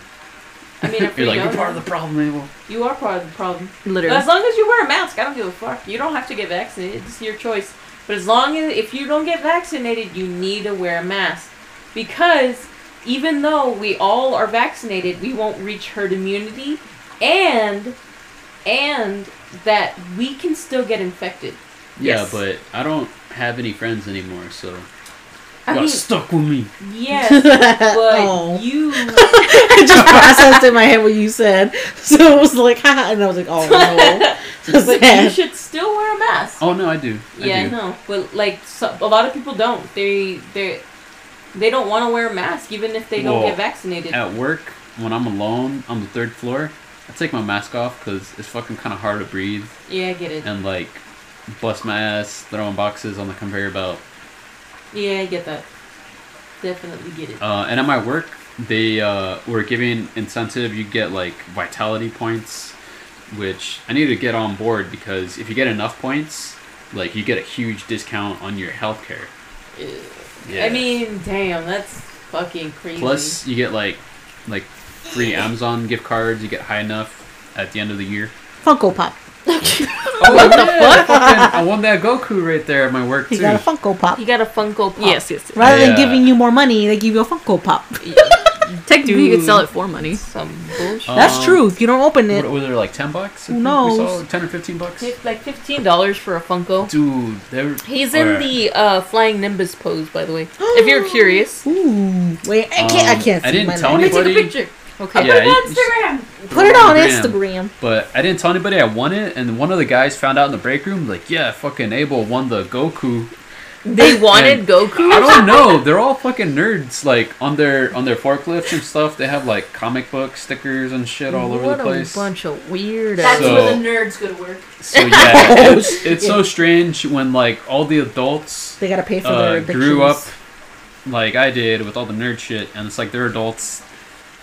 S2: I mean, a free
S4: You're like you're
S2: donut.
S4: part of the problem, Abel.
S2: You are part of the problem.
S3: Literally.
S2: As long as you wear a mask, I don't give a fuck. You don't have to get vaccinated. It's your choice. But as long as if you don't get vaccinated, you need to wear a mask because even though we all are vaccinated, we won't reach herd immunity, and and that we can still get infected.
S4: Yeah,
S5: Yes.
S4: but I don't have any friends anymore, so you
S5: I
S4: got
S5: mean,
S4: stuck with me.
S5: yes, but
S1: Oh.
S5: you.
S1: I just processed in my head what you said, so it was like, haha, and I was like, oh no, That's
S5: But you
S1: sad.
S5: should still wear a mask.
S4: Oh no, I do. I
S5: yeah,
S4: do.
S5: no, but like so, a lot of people don't. They they they don't want to wear a mask even if they don't
S4: Well,
S5: get vaccinated.
S4: At work, when I'm alone on the third floor, I take my mask off because it's fucking kind of hard to breathe
S5: Yeah, I get it.
S4: and like bust my ass throwing boxes on the conveyor belt.
S5: Yeah, I get that. Definitely get it.
S4: Uh, and at my work, they uh, were giving incentive. You get like vitality points, which I need to get on board because if you get enough points, like you get a huge discount on your healthcare.
S5: Ew. I mean, damn, that's fucking crazy.
S4: plus you get like like free Amazon gift cards. You get high enough at the end of the year.
S1: Funko Pop.
S4: Oh, what the fuck? I won that Goku right there at my work
S1: He
S4: too.
S1: got a Funko Pop.
S5: he got a Funko Pop.
S3: Yes, yes. yes.
S1: Rather
S4: Yeah.
S1: than giving you more money, they give you a Funko Pop.
S3: Technically, you could sell it for money.
S5: Some bullshit.
S1: That's
S4: Um,
S1: true. If you don't open it,
S4: What, was there like ten bucks?
S1: Who
S4: I think we
S1: knows?
S4: saw? Ten or fifteen bucks.
S5: It's like fifteen dollars for a Funko.
S4: Dude, they were,
S5: He's in
S4: Alright.
S5: the uh, flying Nimbus pose, by the way. if you're curious,
S1: ooh, wait, I can't. I
S4: Um,
S1: can't.
S4: I
S1: See
S4: didn't
S1: my
S4: tell
S1: life.
S4: anybody.
S5: okay.
S4: Yeah, you-
S1: Put it on Instagram.
S4: Instagram. But I didn't tell anybody I won it, and one of the guys found out in the break room, like, yeah, fucking Abel won the Goku.
S3: They wanted
S4: And-
S3: Goku.
S4: I don't know. They're all fucking nerds. Like on their on their forklifts and stuff, they have like comic book stickers and shit all over
S2: what
S4: the
S2: a
S4: place.
S2: bunch of weirdos.
S4: That's So- where the
S5: nerds go to work.
S4: So yeah, it's, it's so strange when like all the adults
S1: They gotta pay for
S4: uh,
S1: their addictions.
S4: grew up like I did with all the nerd shit, and it's like they're adults,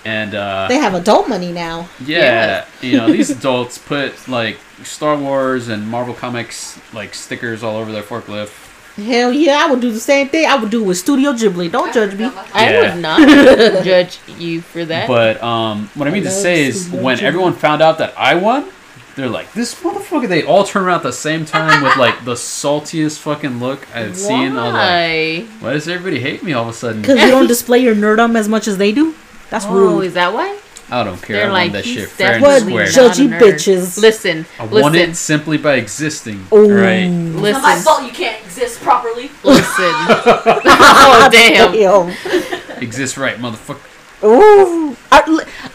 S4: and uh,
S1: They have adult money now.
S4: yeah, you know these adults put like Star Wars and Marvel comics like stickers all over their forklift.
S1: Hell yeah, I would do the same thing. I would do with Studio Ghibli. Don't judge me.
S2: I
S4: Yeah.
S2: would not judge you for that.
S4: But um, what I mean to
S1: love
S4: say is,
S1: Studio
S4: when
S1: Ghibli.
S4: everyone found out that I won, they're like, "This motherfucker!" They all turn around at the same time with like the saltiest fucking look I've seen. I was like,
S2: Why?
S4: "Why does everybody hate me all of a sudden?"
S1: Because you don't display your nerdum as much as they do. That's
S2: Oh,
S1: rude.
S2: is that why?
S4: I don't care.
S2: They're
S4: I
S2: like,
S4: won that
S2: he's
S4: shit fair and
S1: What
S2: definitely
S4: square.
S2: not
S1: judgy
S2: a nerd.
S1: bitches.
S2: Listen,
S4: I won
S2: listen,
S4: it simply by existing.
S1: Ooh.
S4: Right.
S2: listen,
S5: you can't exist properly.
S2: listen. oh damn!
S1: Damn.
S4: Exist right, motherfucker.
S1: Ooh. Are,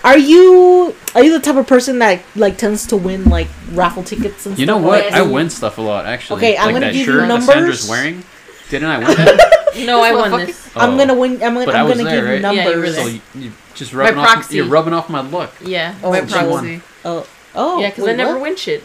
S1: are you are you the type of person that like tends to win like raffle tickets and
S4: You know
S1: stuff?
S4: what?
S1: like
S4: I
S1: that?
S4: win stuff a lot, actually.
S1: Okay, I'm
S4: like
S1: gonna
S4: that
S1: give you
S4: shirt that
S1: numbers.
S4: Sandra's wearing. Didn't I win that?
S5: No, I won this.
S1: I'm
S4: Oh.
S1: gonna win. I'm gonna.
S4: But I
S1: I'm
S4: was
S1: gonna
S4: there,
S1: give
S4: right?
S5: Yeah, you were
S1: numbers.
S4: So
S5: there.
S4: you, you just rubbing
S2: By
S4: off.
S2: proxy.
S4: You're rubbing off my luck.
S2: Yeah,
S1: Oh,
S2: my
S1: she
S2: proxy.
S4: won.
S1: oh, oh,
S2: Yeah, because I
S1: wait,
S2: never
S1: what?
S2: win shit.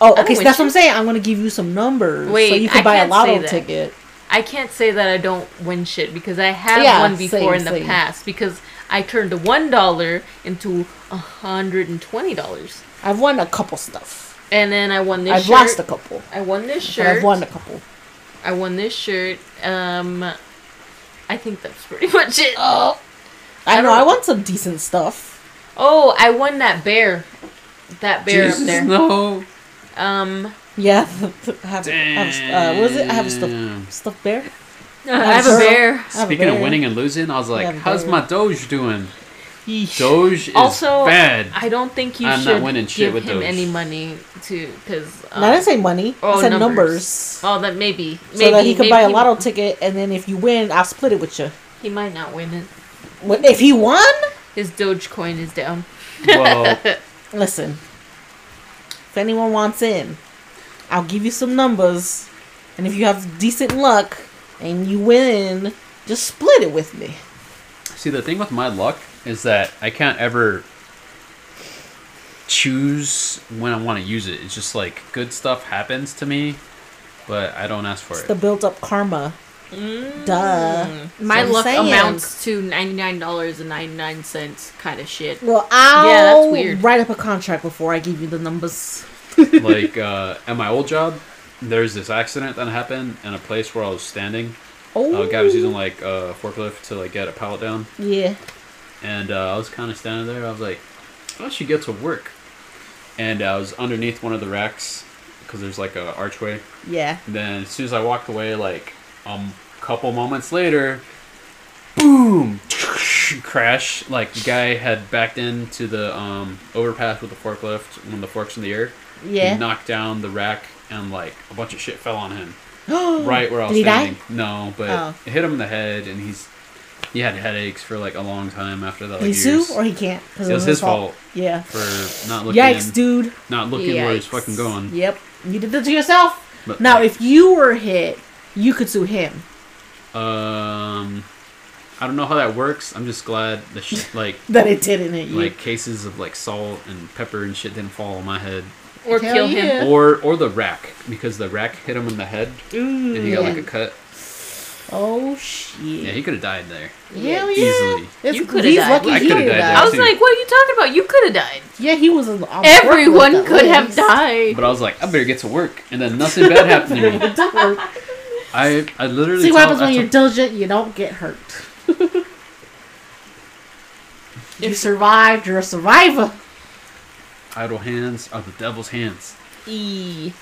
S1: Oh,
S2: I
S1: okay.
S2: don't
S1: So that's
S2: win
S1: what I'm saying. I'm gonna give you some numbers so
S2: Wait,
S1: you can
S2: I
S1: buy a
S2: can't say
S1: lotto
S2: that.
S1: ticket.
S2: I can't say that I don't win shit because I have
S1: Yeah,
S2: won before
S1: same,
S2: in the
S1: same.
S2: past because I turned one dollar into a hundred and twenty dollars,
S1: I've won a couple stuff.
S2: and then I won this.
S1: I've
S2: shirt.
S1: lost a couple.
S2: I won this
S1: but
S2: shirt.
S1: I've won a couple.
S2: I won this shirt. Um, I think that's pretty much it.
S1: Oh, I,
S2: I
S1: know.
S2: don't-
S1: I want some decent stuff.
S2: Oh, I won that bear. That bear
S4: Jesus,
S2: up there.
S4: no.
S2: Um,
S1: Yeah. I have, I have, uh, what is it? I have a
S4: Damn.
S1: stuff stuff there.
S2: I have a
S1: sure.
S2: bear.
S1: I have a
S4: Speaking of
S1: bear.
S4: winning and losing, I was like,
S1: have a
S4: "How's
S1: bear.
S4: my Doge doing?" Doge is
S2: Also,
S4: bad.
S2: I don't think you
S4: I'm not
S2: should
S4: winning
S2: give
S4: shit with
S2: him
S4: those.
S2: any money to because.
S1: No, I didn't say money.
S2: oh,
S1: I said
S2: numbers.
S1: numbers.
S2: Oh, that maybe maybe
S1: so that he could
S2: maybe
S1: buy a lotto ticket, and then if you win, I'll split it with you.
S2: He might not win it.
S1: What if he won?
S2: His Dogecoin is down.
S4: well,
S1: Listen, if anyone wants in, I'll give you some numbers, and if you have decent luck and you win, just split it with me.
S4: see, the thing with my luck is that I can't ever choose when I want to use it. It's just like good stuff happens to me, but I don't ask for
S1: It's
S4: it.
S1: the built-up karma.
S2: Mm.
S1: Duh.
S3: My
S1: I'm
S3: luck
S1: saying.
S3: amounts to ninety nine dollars and ninety nine cents, kind of shit.
S1: Well, I'll
S2: that's weird.
S1: write up a contract before I give you the numbers.
S4: like uh, at my old job, there's this accident that happened in a place where I was standing.
S1: Oh,
S4: Uh, guy was using like a forklift to like get a pallet down,
S1: yeah.
S4: and uh, I was kind of standing there. I was like, I should get to work, and I was underneath one of the racks because there's like a archway.
S1: Yeah.
S4: And then as soon as I walked away, like um, couple moments later, boom, crash. Like the guy had backed into the um, overpass with the forklift when the forks in the air.
S1: Yeah.
S4: He knocked down the rack and like a bunch of shit fell on him. right where I was
S1: Did he die?
S4: standing. No, but
S1: Oh.
S4: it hit him in the head, and he's he had headaches for like a long time after that. Like,
S1: He sue
S4: years
S1: or he can't. 'cause
S4: It was his fault.
S1: Yeah.
S4: for not looking,
S1: Yikes, dude.
S4: not looking where he's
S3: Yikes.
S4: fucking going.
S1: Yep. You did that to yourself.
S4: But,
S1: Now,
S4: like,
S1: if you were hit, you could sue him.
S4: um, I don't know how that works. I'm just glad the sh- like
S1: That it didn't hit you.
S4: like cases of like salt and pepper and shit didn't fall on my head,
S5: Or
S1: Hell
S5: kill him.
S1: yeah.
S4: or or the rack because the rack hit him in the head and he got like a cut.
S1: oh shit.
S4: Yeah, he could have died there.
S1: Hell yeah.
S4: Easily.
S1: It's,
S2: You coulda
S1: he's
S2: died.
S1: lucky
S4: I
S1: he
S4: coulda
S1: didn't
S4: died.
S1: die.
S2: I was
S4: Dude.
S2: like, what are you talking about? You could have died.
S1: Yeah, he was. A, I'm
S2: Everyone could have died.
S4: But I was like, I better get to work, and then nothing bad happened to me.
S1: died.
S4: I I literally
S1: See what happens
S4: told- I
S1: when you're
S4: told-
S1: diligent. You don't get hurt. you survived. You're a survivor.
S4: idle hands are the devil's hands.
S1: E.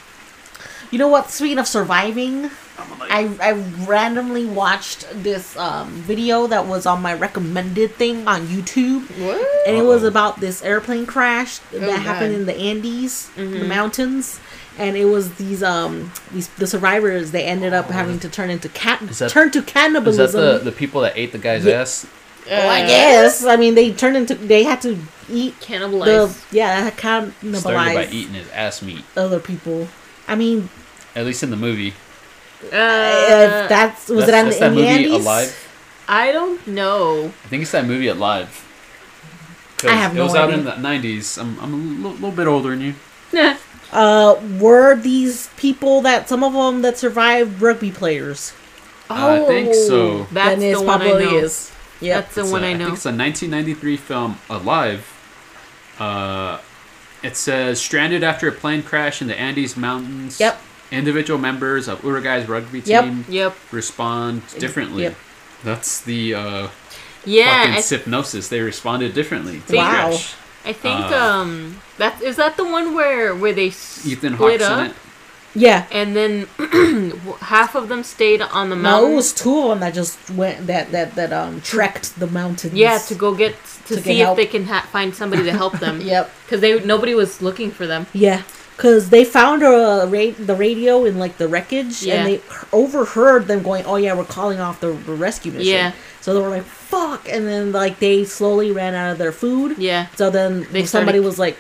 S1: You know what? Speaking of surviving, I, I randomly watched this um, video that was on my recommended thing on YouTube.
S5: What?
S1: and it was
S4: Uh-oh.
S1: about this airplane crash that
S5: God.
S1: happened in the Andes, the mountains, and it was these um these the survivors they ended up having to turn into cat
S4: Oh. Is that-
S1: turn to
S4: Is that
S1: cannibalism.
S4: the, the people that ate the guy's ass?
S1: Well, I guess I mean they turned into they had to eat the
S2: Cannibalized.
S1: yeah they had
S4: Started by
S1: cannibalize
S4: eating his ass meat.
S1: other people. I mean,
S4: At least in the movie.
S3: Uh,
S1: if that's was
S4: that's,
S1: it on
S4: that's
S1: the,
S4: that
S1: in the
S4: movie
S1: Andes?
S4: Alive.
S2: I don't know.
S4: I think it's that movie Alive. 'Cause
S1: I have
S4: It
S1: no
S4: was out in
S1: idea.
S4: the '90s. I'm I'm a little, little bit older than you.
S3: Nah.
S1: Uh, were these people that some of them that survived rugby players?
S4: I think so.
S2: That's
S1: Then it's
S2: the one I
S1: probably
S2: know.
S1: is. Yep.
S2: That's the
S4: It's
S2: one
S4: a-
S2: I
S4: think
S2: know.
S4: it's a 1993 film, Alive. Uh, it says stranded after a plane crash in the Andes Mountains.
S1: Yep.
S4: Individual members of Uruguay's rugby
S1: Yep.
S4: team
S2: Yep.
S4: respond differently.
S1: Yep.
S4: That's the uh,
S2: Yeah,
S4: fucking
S2: I,
S4: hypnosis. They responded differently. To
S1: Wow.
S4: The crash.
S2: I think
S4: uh,
S2: um that is that the one where where they
S4: Ethan
S2: split
S4: Hawke's
S2: up
S4: in it.
S1: yeah.
S2: and then half of them stayed on the
S1: No,
S2: mountain.
S1: it was two of them that just went that that that um trekked the mountains.
S2: yeah, to go get
S1: To
S2: to,
S1: get
S2: see
S1: help.
S2: if they can ha- find somebody to help them.
S1: Yep.
S2: because they nobody was looking for them.
S1: Yeah, because they found a ra- the radio in like the wreckage,
S2: Yeah.
S1: and they overheard them going, "Oh yeah, we're calling off the the rescue mission."
S2: Yeah.
S1: So they were like, "Fuck!" And then like they slowly ran out of their food.
S2: Yeah,
S1: So then
S2: They
S1: somebody
S2: started-
S1: was like,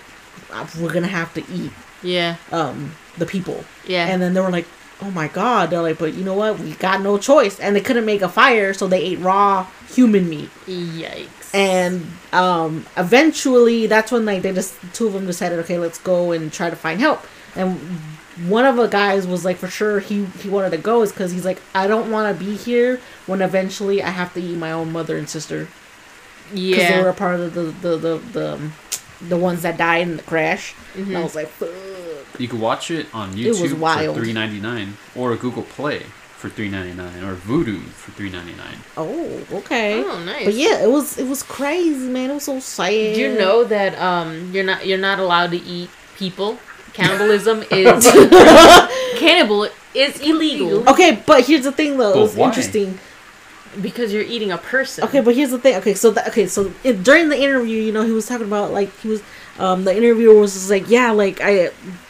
S1: "Uh, "We're gonna have to eat
S2: yeah,
S1: um the people."
S2: yeah.
S1: And then they were like, "Oh my god!" They're like, "But you know what? We got no choice." And they couldn't make a fire, so they ate raw human meat.
S2: Yikes.
S1: and um eventually that's when like they just two of them decided okay let's go and try to find help and one of the guys was like for sure he he wanted to go is because he's like i don't want to be here when eventually i have to eat my own mother and sister because they were
S2: yeah,
S1: a part of the the the the, um, the ones that died in the crash
S2: Mm-hmm.
S1: and i was like "Fuck."
S4: You can watch it on YouTube
S1: was wild.
S4: for 3.99 or Google Play for 3.99 or Voodoo for 3.99.
S1: oh okay
S2: Oh, nice.
S1: but yeah it was it was crazy man it was so sad
S2: Do you know that um you're not you're not allowed to eat people? Cannibalism is cannibal is illegal
S1: okay but here's the thing though
S4: But
S1: it was
S4: why?
S1: interesting
S2: because you're eating a person.
S1: Okay, but here's the thing. Okay, so the, okay, so it, during the interview, you know, he was talking about like he was, um, the interviewer was just like, yeah, like I,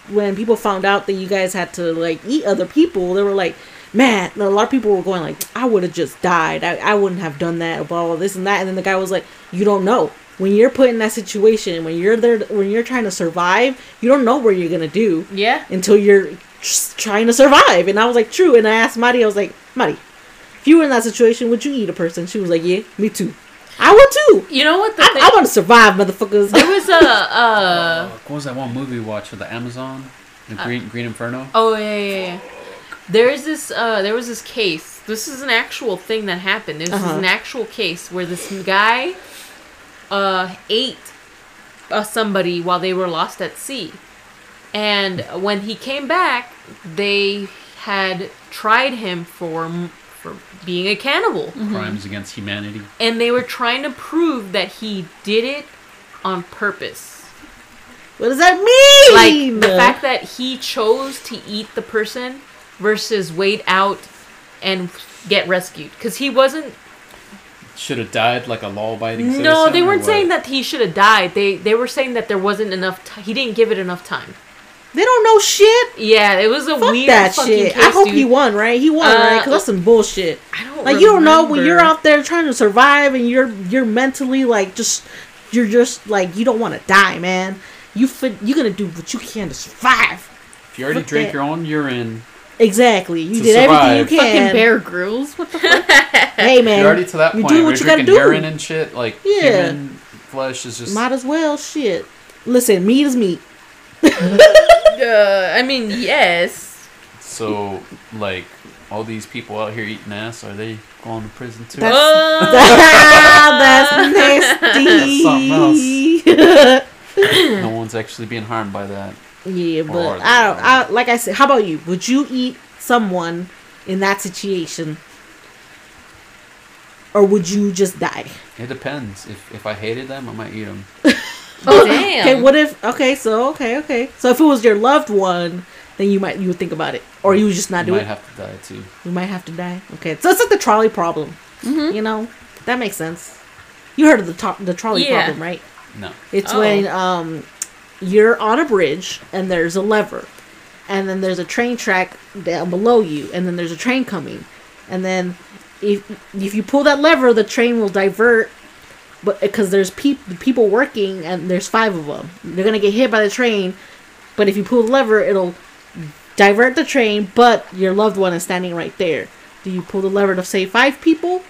S1: when people found out that you guys had to like eat other people, they were like, man, a lot of people were going like, I would have just died. I, I wouldn't have done that. Blah blah this and that. And then the guy was like, you don't know when you're put in that situation when you're there when you're trying to survive, you don't know what you're gonna do
S2: Yeah.
S1: until you're just trying to survive. And I was like, true. And I asked Mari, I was like, Mari, if you were in that situation, would you eat a person? She was like, yeah, me too. I would too.
S2: You know what the
S1: I,
S2: thing
S1: I want to survive, motherfuckers.
S2: there was a uh
S4: Uh, what was that one movie we watched with the Amazon? The Green, Green Inferno?
S2: Oh yeah, yeah, yeah. There's this. Uh, there was this case. This is an actual thing that happened. This
S1: Uh-huh.
S2: is an actual case where this guy uh, ate uh, somebody while they were lost at sea, and when he came back, they had tried him for for being a cannibal,
S1: Mm. Mm-hmm.
S4: Crimes Against Humanity.
S2: and they were trying to prove that he did it on purpose
S1: what does that
S2: like
S1: mean?
S2: the fact that he chose to eat the person versus wait out and get rescued because he wasn't
S4: Should have died like a law-abiding citizen.
S2: no they
S4: or
S2: weren't
S4: what?
S2: saying that he should have died they they were saying that there wasn't enough t- he didn't give it enough time
S1: They don't know shit.
S2: Yeah, it was a
S1: Fuck
S2: weird
S1: that
S2: fucking
S1: shit.
S2: case,
S1: I hope
S2: dude.
S1: he won, right? He won,
S2: Uh,
S1: right? Because that's some bullshit.
S2: I don't
S1: Like you don't know when you're
S2: remember.
S1: out there trying to survive and you're you're mentally like just you're just like you don't want to die, man. You fit, you're gonna do what you can to survive.
S4: If you already
S1: Fuck
S4: drank
S1: that.
S4: your own urine,
S1: Exactly. You
S4: To
S1: did
S4: survive.
S1: everything you
S5: Fucking
S1: can.
S5: Bear Grylls. What the fuck?
S1: Hey man,
S4: you're already to that
S1: you
S4: point.
S1: do what
S4: where you're
S1: you gotta
S4: drinking
S1: do.
S4: urine and shit. Like
S1: Yeah.
S4: human flesh is just
S1: might as well. Shit. Listen, meat is meat.
S5: Uh, I mean, yes.
S4: so like all these people out here eating ass. Are they going to prison too?
S1: That's- that's nasty.
S4: something no one's actually being harmed by that.
S1: Yeah,
S4: are
S1: but
S4: they
S1: I don't.
S4: wrong?
S1: I, like I said, how about you? Would you eat someone in that situation, or would you just die?
S4: It depends. If if I hated them, I might eat them.
S5: damn.
S1: Okay, what if? Okay, so okay, okay. So if it was your loved one, then you might you would think about it, or you would just not do
S4: you might
S1: it.
S4: have to die too.
S1: you might have to die. Okay, so it's like the trolley problem.
S2: Mm-hmm.
S1: You know, that makes sense. You heard of the to- the trolley
S2: Yeah.
S1: problem, right?
S4: No.
S1: It's
S2: Oh.
S1: when um, you're on a bridge and there's a lever, and then there's a train track down below you, and then there's a train coming, and then if if you pull that lever, the train will divert, but because there's peop people working and there's five of them, they're gonna get hit by the train, but if you pull the lever, it'll divert the train, but your loved one is standing right there. Do you pull the lever to save five people?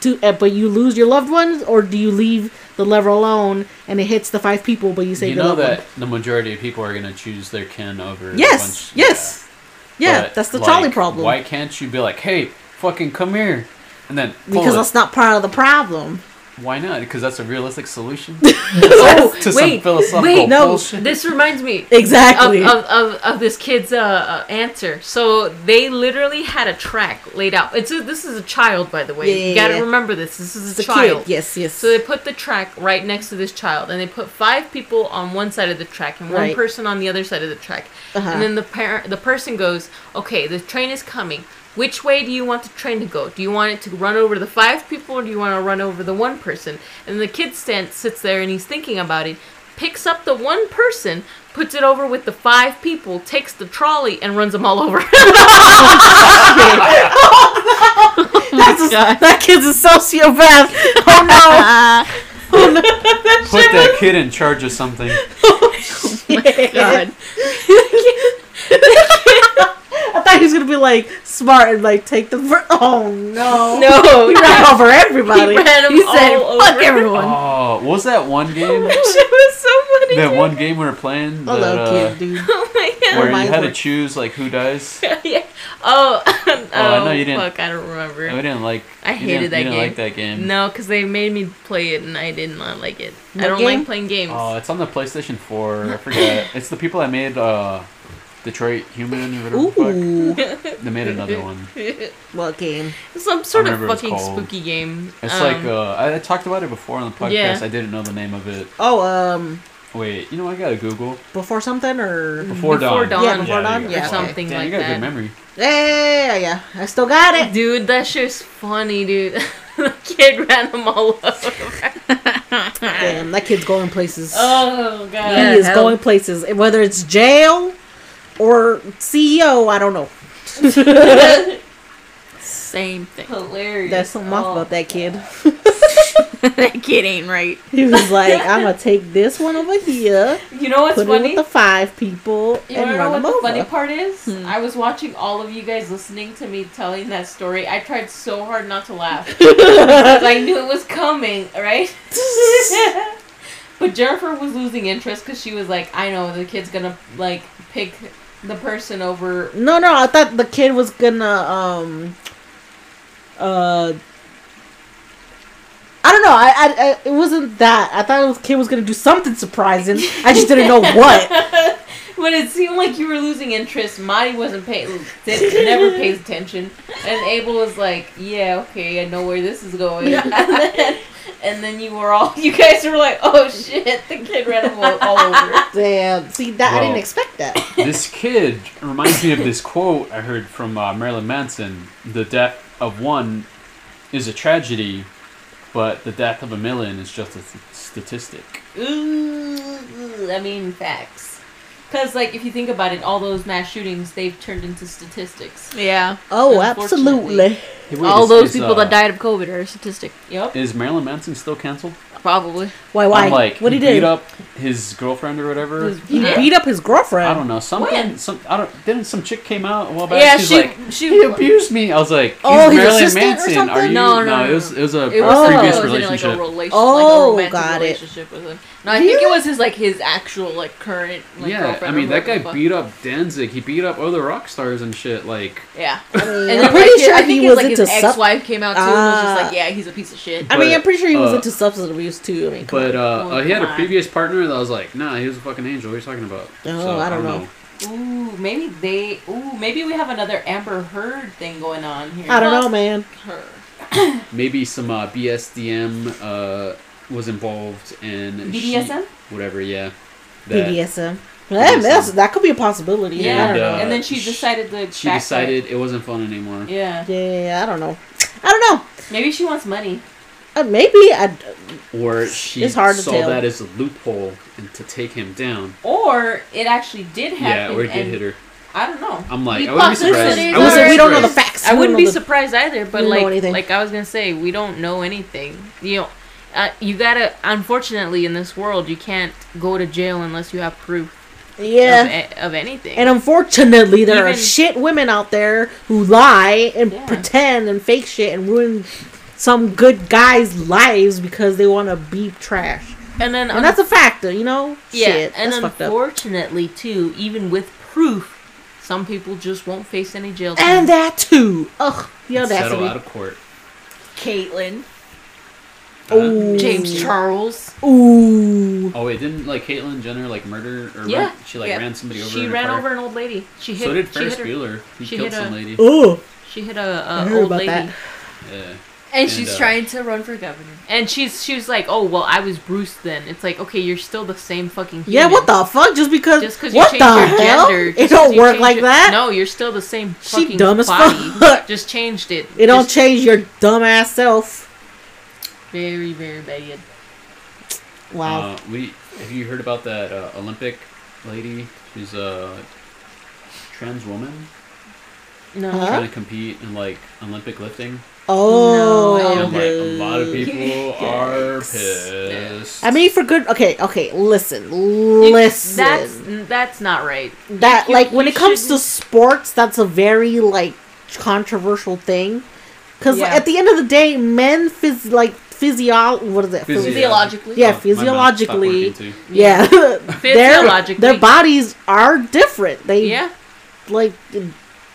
S1: To, uh, but you lose your loved ones, or do you leave the lever alone and it hits the five people, but you save
S4: you
S1: your
S4: know
S1: loved
S4: that
S1: one?
S4: the majority of people are going to choose their kin over. a
S1: Yes,
S4: bunch-
S1: yes, yeah.
S4: But,
S1: that's the
S4: like,
S1: trolley problem
S4: Why can't you be like, hey, fucking come here, and then pull
S1: because
S4: it.
S1: that's not part of the problem.
S4: Why not? Because that's a realistic solution
S2: Oh,
S4: to some
S2: wait,
S4: philosophical
S2: wait,
S1: no.
S4: bullshit.
S2: This reminds me of,
S1: Exactly.
S2: of, of, of this kid's uh, uh, answer. So they literally had a track laid out. It's a, this is a child, by the way.
S1: Yeah,
S2: you
S1: yeah,
S2: gotta
S1: yeah.
S2: remember this. This is a
S1: the
S2: child.
S1: kid. Yes, yes.
S2: So they put the track right next to this child, and they put five people on one side of the track and
S1: Right.
S2: one person on the other side of the track.
S1: Uh-huh.
S2: And then the parent, the person goes, "Okay, the train is coming. Which way do you want the train to go? Do you want it to run over the five people, or do you want to run over the one person?" And the kid stand, sits there and he's thinking about it, picks up the one person, puts it over with the five people, takes the trolley, and runs them all over.
S1: That's a, that kid's a sociopath. Oh no!
S4: Put that kid in charge of something.
S1: God. I thought he was gonna be like smart and like take the. Ver- oh no!
S2: no,
S1: He ran over everybody.
S2: He ran 'em
S1: He said,
S2: all
S1: "Fuck
S2: over."
S1: everyone."
S4: Oh, what was that one game?
S2: it was so funny.
S4: that one game we were playing
S1: I
S4: that,
S1: love
S4: uh,
S1: kid, Oh, dude.
S2: Oh my god.
S4: where you
S1: Mine's
S4: had to
S1: work.
S4: choose like who dies.
S2: yeah. Oh, oh,
S4: I know you didn't.
S2: fuck, I don't remember.
S4: I
S2: No, 'cause
S4: didn't like.
S2: I
S4: you
S2: hated
S4: didn't-
S2: that
S4: you didn't
S2: game.
S4: like that game.
S2: No, because they made me play it and I did not like it. I
S1: What
S2: don't
S1: game?
S2: like playing games.
S4: Oh, it's on the PlayStation 4. I forget. it's the people that made uh, Detroit Human or whatever. the
S1: Ooh,
S4: fuck. They made another one.
S1: what game?
S2: Some sort
S4: I
S2: of
S4: remember what it's
S2: fucking
S4: called.
S2: spooky game.
S4: It's
S2: Um,
S4: like uh, I I talked about it before on the podcast.
S2: Yeah.
S4: I didn't know the name of it.
S1: Oh, um,
S4: Wait, you know I gotta Google
S1: before something or
S4: before,
S2: Before
S4: dawn.
S2: Dawn.
S1: yeah, Mm, before
S4: Yeah,
S1: dawn,
S4: yeah,
S1: yeah,
S2: or
S1: okay.
S2: something
S4: Damn,
S2: like
S4: you got a good
S2: that.
S4: memory.
S1: Yeah, yeah, yeah. I still got it.
S2: Dude, that shit's funny, dude. the kid ran them all over.
S1: Damn, that kid's going places.
S2: oh god.
S1: he is going places. Whether it's jail or CEO, I don't know.
S3: Same thing.
S2: Hilarious.
S1: That's something
S5: Oh.
S1: off about that kid.
S3: that kid ain't right.
S1: He was like, I'm gonna take this one over here,
S5: Oh. You know what's
S1: put it
S5: funny?
S1: with the five people,
S5: You
S1: and
S5: wanna know
S1: run
S5: what
S1: them
S5: the funny
S1: over.
S5: part is? I was watching all of you guys listening to me telling that story. I tried so hard not to laugh. 'Cause I knew it was coming, right? but Jennifer was losing interest because she was like, I know the kid's gonna like pick the person over.
S1: No, no, I thought the kid was gonna um uh I don't know. I, I, I it wasn't that. I thought the kid was gonna do something surprising. I just didn't know what.
S5: When it seemed like you were losing interest, Marty wasn't paying, did, never pays attention, and Abel was like, "Yeah, okay, I know where this is going." And then, and then you were all, you guys were like, "Oh shit, the kid ran him all, all over."
S1: Damn. See that I didn't
S4: Well.
S1: expect that.
S4: this kid reminds me of this quote I heard from uh, Marilyn Manson: "The death of one is a tragedy, but the death of a million is just a st- statistic."
S5: Ooh, I mean facts. Because, like, if you think about it, all those mass shootings, they've turned into statistics.
S3: Yeah.
S5: Oh, absolutely.
S3: All those people
S2: uh,
S4: uh,
S3: that died of COVID are a statistic.
S5: Yep.
S4: Is Marilyn Manson still canceled?
S3: Probably.
S1: Why? Why?
S4: I'm like,
S1: what
S4: he
S1: he did?
S4: beat up his girlfriend or whatever.
S1: he beat up his girlfriend.
S4: I don't know. Something.
S5: When?
S4: Some. I don't. Didn't some chick came out a while back?
S3: yeah,
S4: she's
S3: she
S4: like, he
S3: she
S4: abused me. I was like, he's
S1: Oh, his
S4: Marilyn
S1: assistant or
S4: Manson. Are
S1: something?
S4: you?
S3: No, no, no,
S4: It was. It was a
S3: It was
S1: Oh.
S4: previous
S3: it was in,
S4: relationship.
S3: like a relationship,
S1: Oh,
S3: like a romantic
S1: got it.
S3: relationship with him. No, I think it was his like his actual like current like
S4: yeah, I
S3: girlfriend.
S4: mean
S3: or
S4: that guy
S3: whatever.
S4: beat up Danzig. He beat up other rock stars and shit. Like,
S3: Yeah,
S1: I'm
S3: and then,
S1: pretty
S3: like, his-
S1: sure
S3: I think
S1: he
S3: his,
S1: was
S3: like his
S1: into sub-
S3: ex-wife came out too. and was just
S1: Ah.
S3: like, yeah, he's a piece of shit.
S1: I mean,
S4: but,
S1: I'm pretty sure he was
S4: uh,
S1: into substance abuse too. I mean, come
S4: but uh,
S3: Oh,
S4: uh, he had
S3: come
S4: a
S3: on.
S4: previous partner that I was like, nah, he was a fucking angel. What are you talking about?
S1: Oh, I don't know.
S5: Ooh, maybe they. Ooh, maybe we have another Amber Heard thing going on here.
S1: on.
S4: uh,
S1: I don't know, man.
S5: Her.
S4: Maybe some uh, BSDM uh, was involved in she-
S5: BDSM?
S4: whatever. Yeah, that
S1: BDSM. That, that's, that could be a possibility.
S5: Yeah.
S1: I
S4: And,
S1: don't
S4: uh,
S1: know.
S5: and then she
S4: sh-
S5: decided to.
S4: she
S5: backtrack.
S4: decided it wasn't fun anymore.
S5: Yeah.
S1: yeah, I don't know. I don't know.
S5: Maybe she wants money.
S1: Uh, maybe I.
S4: or she
S1: It's hard to
S4: saw
S1: tell.
S4: that as a loophole and to take him down.
S5: Or it actually did happen.
S4: yeah, or he did
S5: and-
S4: hit her.
S5: I don't know.
S4: I'm like,
S3: We
S4: I wouldn't be
S3: possibly
S4: surprised.
S3: did
S4: I wouldn't
S1: Listen,
S4: be
S1: we don't know the
S4: surprised.
S1: facts.
S2: I
S1: We
S2: wouldn't
S1: don't
S2: be
S1: know the-
S2: surprised either, but
S1: We don't know
S2: like
S1: anything.
S2: like I was gonna say, we don't know anything. You know, uh, you gotta unfortunately in this world you can't go to jail unless you have proof
S1: Yeah.
S2: of, a- of anything.
S1: And unfortunately, there are
S2: Even-
S1: shit women out there who lie and
S5: Yeah.
S1: pretend and fake shit and ruin some good guys' lives because they want to be trash.
S2: and then
S1: And that's a factor, you know?
S2: yeah,
S1: shit,
S2: and
S1: that's fucked up.
S2: unfortunately too, even with proof, some people just won't face any jail time.
S1: And that too. Ugh, the
S4: Settle out
S1: audacity.
S4: of court.
S3: Caitlyn,
S4: Uh-huh.
S1: Ooh.
S2: James Charles,
S1: Ooh.
S4: Oh wait, didn't like Caitlyn Jenner like murder or
S2: Yeah,
S4: ran, she like
S2: yeah.
S4: ran somebody over?
S2: she
S4: in a
S2: ran
S4: car?
S2: over an old lady. She hit.
S4: so did
S2: she hit
S4: Ferris
S2: her.
S4: Bueller. He
S2: she
S4: killed
S2: hit a-
S4: some lady.
S1: Ugh.
S2: She hit a,
S1: I
S2: a
S1: heard
S2: old
S1: about
S2: lady.
S1: that.
S4: Yeah.
S3: and
S4: And,
S3: she's
S4: uh,
S3: trying to run for governor.
S2: And she's she was like, "Oh well, I was Bruce then." It's like, okay, you're still the same fucking. Human.
S1: Yeah, what the fuck? Just because.
S2: Just because you
S1: what
S2: change
S1: the
S2: your
S1: hell?
S2: gender,
S1: it
S2: just 'cause
S1: don't
S2: you
S1: work
S2: change
S1: like
S2: your-
S1: that.
S2: No, you're still the same
S1: She
S2: fucking
S1: dumb as
S2: body.
S1: fuck.
S2: Just changed it.
S1: It don't
S2: Just
S1: change your dumb ass self.
S2: very very bad.
S1: Wow.
S4: Uh, we have you heard about that uh, Olympic lady? She's a trans woman
S2: No.
S1: Huh?
S4: trying to compete in like Olympic lifting,
S1: oh.
S2: no,
S4: and like a lot of
S1: dude.
S4: people are
S1: Yikes.
S4: pissed.
S1: I mean, for good. Okay, okay. Listen,
S2: You-
S1: listen.
S2: That's that's not right.
S1: that
S2: you-
S1: like when
S2: you
S1: it comes to
S2: shouldn't-
S1: sports, that's a very like controversial thing. Because
S5: Yeah.
S1: at the end of the day, men phys like physio. What is it?
S4: Physio-
S1: Phys-
S5: Physiologically.
S1: Yeah,
S4: Oh, my mouth stopped
S1: physiologically-
S4: working, too.
S1: yeah. their,
S2: Physiologically.
S1: their bodies are different. They
S2: Yeah.
S1: like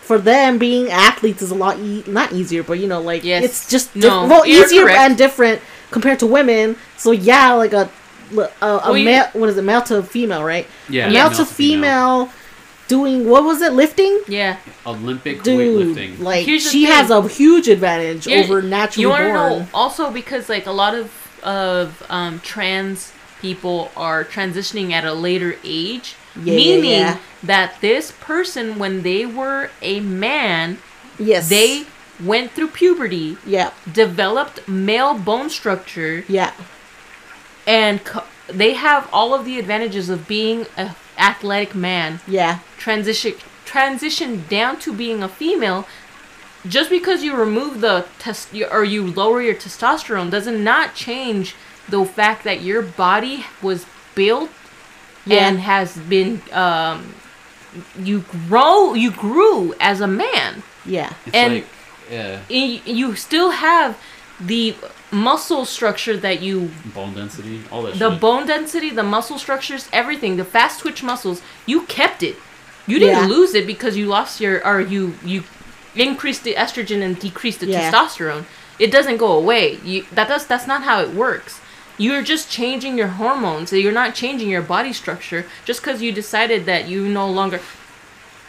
S1: for them being athletes is a lot e- not easier, but you know like
S2: Yes.
S1: it's just diff-
S2: No,
S1: well
S2: you're
S1: easier
S2: correct.
S1: and different compared to women. So yeah, like a a, a
S2: Well, you-
S1: male what is it male to female right?
S4: Yeah,
S1: male, to female, doing what was it lifting?
S2: Yeah.
S4: Olympic
S1: Dude,
S4: weightlifting.
S1: like
S2: Here's the
S1: she
S2: thing.
S1: has a huge advantage
S2: Here's-
S1: over naturally
S2: You want to
S1: born.
S2: know also because like a lot of of um, trans people are transitioning at a later age,
S1: Yeah, yeah,
S2: meaning
S1: yeah.
S2: that this person when they were a man,
S1: Yes,
S2: they went through puberty,
S1: yeah
S2: developed male bone structure,
S1: yeah
S2: and co- they have all of the advantages of being a athletic man
S1: yeah.
S2: transition transition down to being a female just because you remove the test or you lower your testosterone does not change the fact that your body was built
S1: Yeah.
S2: and has been um you grow you grew as a man
S1: Yeah,
S4: It's
S2: and-
S4: like, yeah,
S2: Y- you still have the muscle structure that you
S4: bone density, all that.
S2: the
S4: shit.
S2: bone density, the muscle structures, everything, the fast twitch muscles, you kept it. You didn't
S1: Yeah.
S2: lose it because you lost your or you you increased the estrogen and decreased the
S1: Yeah.
S2: testosterone. It doesn't go away. You, that does that's not how it works. You're just changing your hormones. You're not changing your body structure just because you decided that you no longer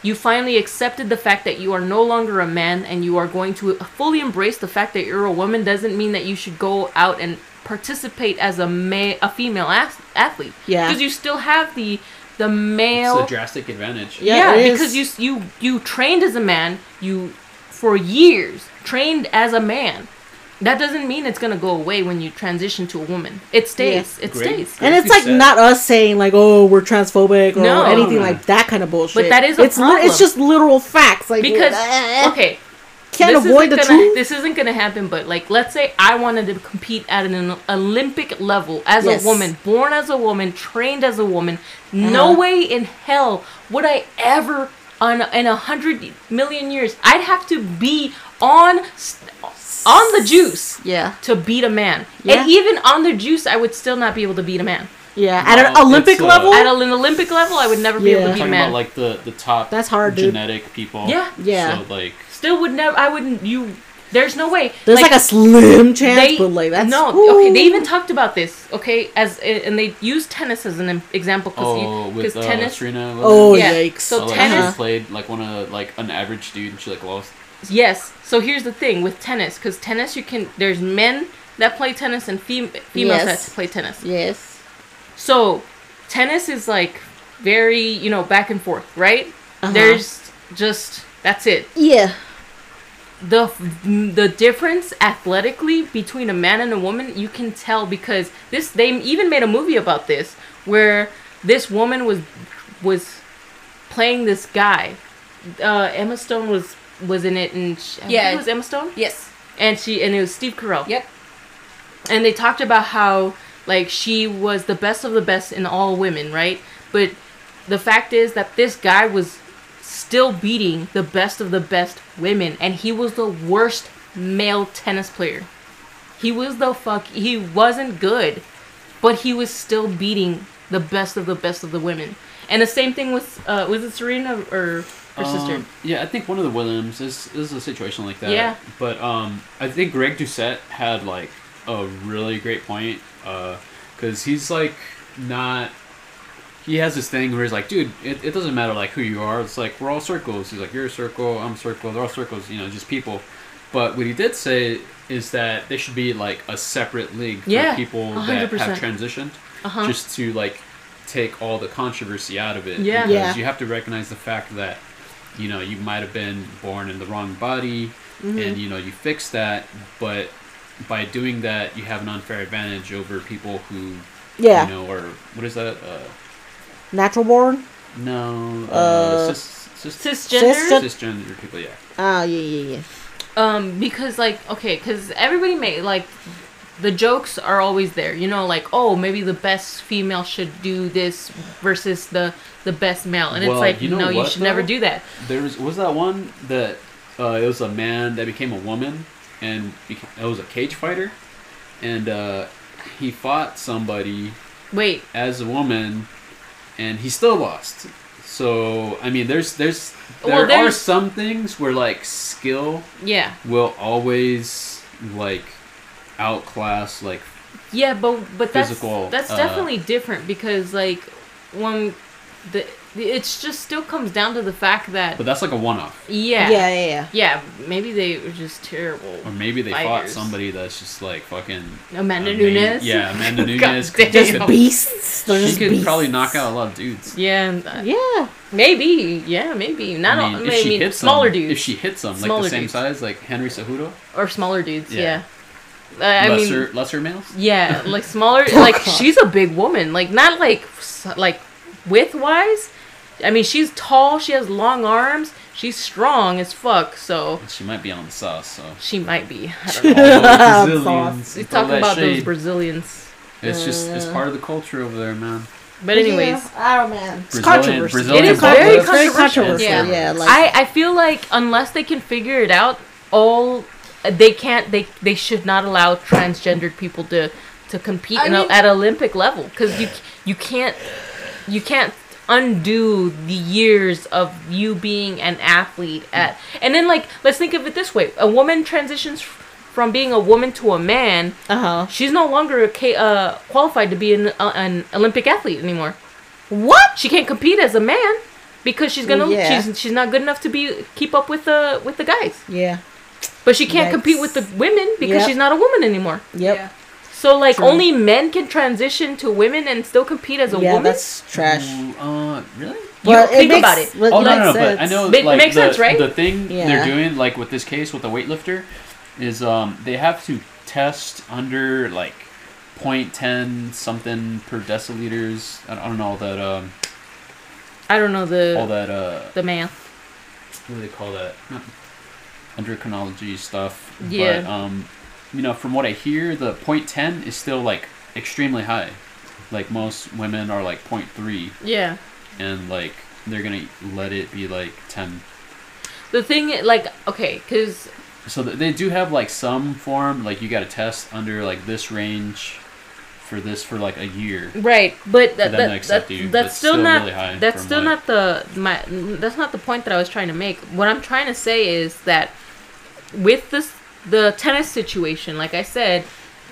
S2: you finally accepted the fact that you are no longer a man and you are going to fully embrace the fact that you're a woman doesn't mean that you should go out and participate as a ma- a female ath- athlete.
S1: Yeah.
S2: Because you still have the the
S4: it's
S2: male
S4: a drastic advantage.
S1: Yeah.
S2: yeah,
S1: it
S2: because you
S1: is.
S2: you you trained as a man, you for years trained as a man. That doesn't mean it's gonna go away when you transition to a woman. It stays. It
S4: Great.
S2: stays.
S1: And
S4: Like
S1: it's
S4: you
S1: like
S4: said.
S1: not us saying like, oh, we're transphobic or
S2: No.
S1: anything like that kind of bullshit.
S2: that is a
S1: it's li-
S2: problem.
S1: it's just literal facts. Like
S2: Because
S1: uh,
S2: okay,
S1: can't
S2: this
S1: avoid
S2: isn't
S1: the
S2: gonna,
S1: truth.
S2: This isn't gonna happen. But like, let's say I wanted to compete at an Olympic level as
S1: Yes. Uh-huh.
S2: a woman, born as a woman, trained as a woman. No way in hell would I ever on in a hundred million years. I'd have to be on s- on the juice
S3: Yeah.
S2: to beat a man,
S1: Yeah.
S2: and even on the juice, I would still not be able to beat a man.
S1: yeah, at
S4: No,
S1: an Olympic
S4: it's, uh,
S1: level.
S2: At an Olympic level, I would never be able
S1: Yeah.
S2: to beat a
S4: Talking
S2: man.
S4: about like the the top
S1: That's hard, dude.
S4: genetic people.
S2: Yeah.
S1: Yeah.
S4: So like
S2: still would never. I wouldn't. You. There's no way.
S1: there's like, a slim chance,
S2: they-
S1: but like that's
S2: no. Okay, they
S1: ooh.
S2: even talked about this. Okay, as and they used tennis as an example
S4: oh
S2: because
S4: with uh,
S2: tennis.
S4: Serena.
S1: Oh uh-huh.
S2: Yeah.
S1: yikes!
S2: So
S4: like,
S2: tennis-
S4: She played like one of the, like an average dude, and she like lost.
S2: Yes. So here's the thing with tennis, because tennis you can. There's men that play tennis and fem- females
S1: Yes.
S2: that play tennis.
S1: yes,
S2: So tennis is like very you know back and forth, right?
S1: Uh-huh.
S2: There's just that's it.
S1: yeah,
S2: the f- the difference athletically between a man and a woman you can tell because this they even made a movie about this where this woman was was playing this guy uh Emma Stone was was in it and she, I think
S5: Yeah.
S2: it was Emma Stone
S5: Yes.
S2: and she and it was Steve Carell
S5: Yep.
S2: and they talked about how like she was the best of the best in all women right but the fact is that this guy was still beating the best of the best women and he was the worst male tennis player he was the fuck he wasn't good but he was still beating the best of the best of the women and the same thing with uh was it serena or her sister
S4: Um, Yeah, I think one of the Williams is is a situation like that.
S2: Yeah.
S4: But um, I think Greg Doucette had like a really great point. Uh, because he's like not. He has this thing where he's like, dude, it, it doesn't matter like who you are. It's like we're all circles. He's like, you're a circle, I'm a circle. They're all circles. You know, just people. But what he did say is that there should be like a separate league for
S2: Yeah,
S4: people that
S2: 100%.
S4: have transitioned,
S2: Uh-huh.
S4: just to like take all the controversy out of it.
S2: Yeah.
S4: because
S1: Yeah.
S4: you have to recognize the fact that you know you might have been born in the wrong body
S1: Mm-hmm.
S4: and you know you fix that but by doing that you have an unfair advantage over people who
S1: yeah.
S4: you know or what is that uh
S1: Natural born.
S4: no uh,
S1: Uh,
S4: cis, cis,
S2: cisgender
S1: Cisgen-
S4: cisgender people yeah
S1: Ah, yeah, yeah, yeah.
S2: um because like okay because everybody may like the jokes are always there you know like oh maybe the best female should do this versus the the best male and it's
S4: Well,
S2: like
S4: you know
S2: no you
S4: what,
S2: should never
S4: though?
S2: do that
S4: there was was that one that uh, it was a man that became a woman and became, it was a cage fighter and uh he fought somebody
S2: wait
S4: as a woman, and he still lost. So I mean, there's there's there
S2: Well,
S4: are
S2: there's-
S4: some things where like skill
S2: yeah
S4: will always like outclass like
S2: yeah but but that's
S4: Physical,
S2: that's
S4: uh,
S2: definitely different because like when the it's just still comes down to the fact that
S4: but that's like a one off.
S2: yeah
S1: Yeah,
S2: yeah
S1: yeah, yeah.
S2: maybe they were just terrible
S4: Or maybe they fought
S2: Fighters.
S4: somebody that's just like fucking
S2: Amanda
S4: ama-
S2: Nunes
S4: Yeah, Amanda
S2: God
S4: Nunes.
S2: damn.
S4: She
S1: Just beasts. They're just
S4: could
S1: beasts.
S4: probably knock out a lot of dudes.
S2: yeah and, uh,
S1: Yeah.
S2: maybe yeah maybe not
S4: I mean,
S2: all,
S4: if she
S2: maybe
S4: hits
S2: smaller
S4: them,
S2: dudes
S4: if she hits them like
S2: Smaller
S4: the same
S2: dudes.
S4: size, like Henry Cejudo,
S2: or smaller dudes.
S4: Yeah.
S2: Yeah, Uh, I, I
S4: lesser
S2: mean,
S4: lesser males.
S2: yeah, like smaller. like she's a big woman. Like not like s- like width wise. I mean, she's tall. She has long arms. She's strong as fuck. So
S4: She might be on the sauce. So
S2: she might be. I
S1: Sauce.
S2: don't know.
S4: Brazilians,
S2: We
S4: throw
S2: talk
S4: that
S2: about those
S4: shade.
S2: Brazilians.
S4: It's just it's part of the culture over there, man.
S2: But anyways,
S1: Yeah. Oh man. It's
S4: Brazilian-
S1: controversy.
S4: Brazilian
S2: It is
S4: culture.
S2: very
S1: It's very
S2: controversial.
S1: controversial. Yeah.
S4: Yeah.
S1: like,
S2: I I feel like unless they can figure it out, all they can't. They they should not allow transgendered people to to compete
S5: I
S2: in a,
S5: mean-
S2: at Olympic level because you you can't you can't undo the years of you being an athlete at and then like let's think of it this way a woman transitions f- from being a woman to a man
S1: uh huh.
S2: she's no longer a ca- uh, qualified to be an, uh, an Olympic athlete anymore. What? She can't compete as a man because she's gonna
S1: Yeah.
S2: she's she's not good enough to be keep up with the with the guys.
S1: Yeah.
S2: But she can't compete
S1: Yikes.
S2: with the women because
S1: Yep.
S2: she's not a woman anymore.
S1: Yep.
S5: Yeah.
S2: So like
S1: True.
S2: only men can transition to women and still compete as a
S1: yeah,
S2: woman.
S1: that's trash.
S4: Ooh, uh, really?
S1: But
S2: think about it.
S1: but
S4: oh no,
S1: makes
S4: no, no, but
S1: sense.
S4: I know
S2: But it
S4: like
S2: makes
S4: the,
S2: sense, right?
S4: the thing
S1: Yeah.
S4: they're doing, like with this case with the weightlifter, is um they have to test under like 0.10 something per deciliters. I don't, I don't know all that um
S2: I don't know the
S4: all that uh
S2: the math.
S4: what do they call that? Not endocrinology stuff.
S2: Yeah.
S4: But um you know from what I hear the 0.10 is still like extremely high. Like most women are like 0.3
S2: Yeah.
S4: and like they're going to let it be like 10
S2: The thing, i- like, okay, because
S4: So th- they do have like some form, like you got to test under like this range for this for like a year.
S2: right, but
S4: them
S2: that,
S4: to
S2: that,
S4: accept
S2: that-
S4: you,
S2: that's
S4: that's
S2: still,
S4: still
S2: not
S4: really high
S2: that's
S4: from
S2: still not
S4: what-
S2: the my that's not the point that I was trying to make. What I'm trying to say is that with this the tennis situation, like I said,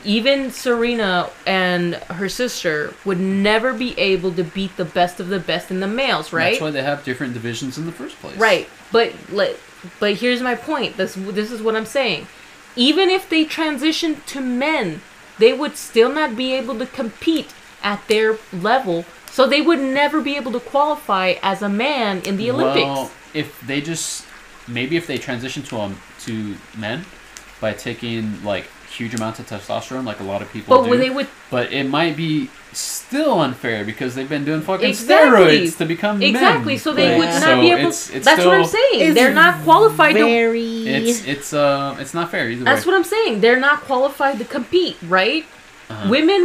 S2: even Serena and her sister would never be able to beat the best of the best in the males, right?
S4: That's why they have different divisions in the first place.
S2: Right, but let, but here's my point. This this is what I'm saying. Even if they transitioned to men, they would still not be able to compete at their level. So they would never be able to qualify as a man in the Olympics.
S4: Well, if they just maybe if they transition to um to men by taking like huge amounts of testosterone, like a lot of people
S2: But
S4: do.
S2: they would-
S4: But it might be still unfair because they've been doing fucking
S2: Exactly.
S4: steroids to become men.
S2: exactly. So they
S1: Right.
S2: would not
S4: So
S2: be able.
S4: it's- it's
S2: that's what I'm
S4: still-
S2: saying.
S1: It's
S2: They're not qualified. to,
S1: Very.
S4: It's it's uh it's not fair either
S2: that's
S4: way.
S2: what I'm saying. They're not qualified to compete. Right.
S4: Uh-huh.
S2: Women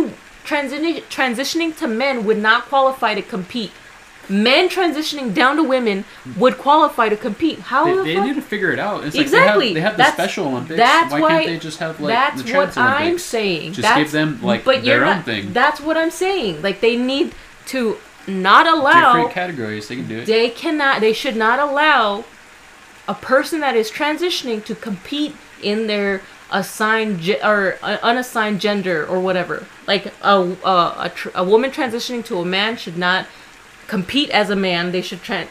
S2: transi- transitioning to men would not qualify to compete. Men transitioning down to women would qualify to compete. How
S4: They,
S2: the
S4: they
S2: fuck?
S4: need to figure it out. It's
S2: Exactly.
S4: Like they have, they have
S2: That's-
S4: the Special Olympics.
S2: that's
S4: why,
S2: why-
S4: can't they just have like
S2: that's
S4: the trans
S2: what
S4: Olympics?
S2: I'm saying.
S4: Just
S2: that's,
S4: give them like
S2: but
S4: their
S2: you're
S4: own
S2: not-
S4: thing.
S2: That's what I'm saying. Like they need to not allow.
S4: Different categories. They can do it.
S2: They cannot. They should not allow a person that is transitioning to compete in their assigned ge- or uh, unassigned gender or whatever. Like a a, a, tr- a woman transitioning to a man should not compete as a man. They should tran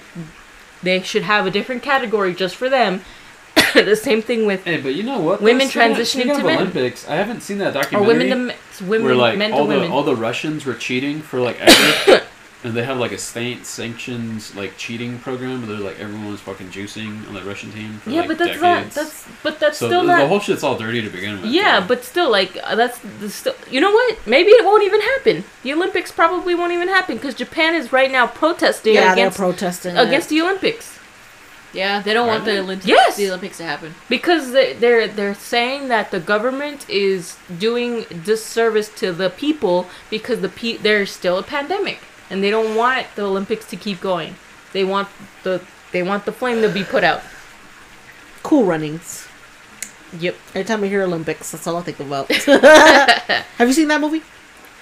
S2: they should have a different category just for them. the same thing with
S4: hey, but you know what?
S2: Women
S4: Though, speaking of-
S2: transitioning
S4: speaking
S2: to
S4: of
S2: men.
S4: Olympics. I haven't seen that
S2: or
S4: documentary.
S2: women to men,
S4: where
S2: women
S4: like
S2: men to
S4: all the
S2: women.
S4: all the Russians were cheating for like ever, and they have like a state sanctions like cheating program where they're like everyone was fucking juicing on the Russian team for
S2: yeah,
S4: like
S2: but that's
S4: decades.
S2: not. That's but that's
S4: so
S2: still
S4: the,
S2: not.
S4: the whole shit's all dirty to begin with.
S2: Yeah,
S4: though.
S2: but still, like uh, that's the still. You know what? Maybe it won't even happen. The Olympics probably won't even happen because Japan is right now protesting
S1: yeah,
S2: against
S1: they're protesting it.
S2: against the Olympics
S3: Yeah, they don't want the
S4: Really?
S3: Olympics,
S2: Yes!
S3: the Olympics to happen.
S2: because they- they're they're saying that the government is doing disservice to the people because the pe- there's still a pandemic and they don't want the Olympics to keep going. They want the they want the flame to be put out.
S1: cool runnings.
S2: Yep.
S1: Every time I hear Olympics, that's all I think about. Have you seen that movie?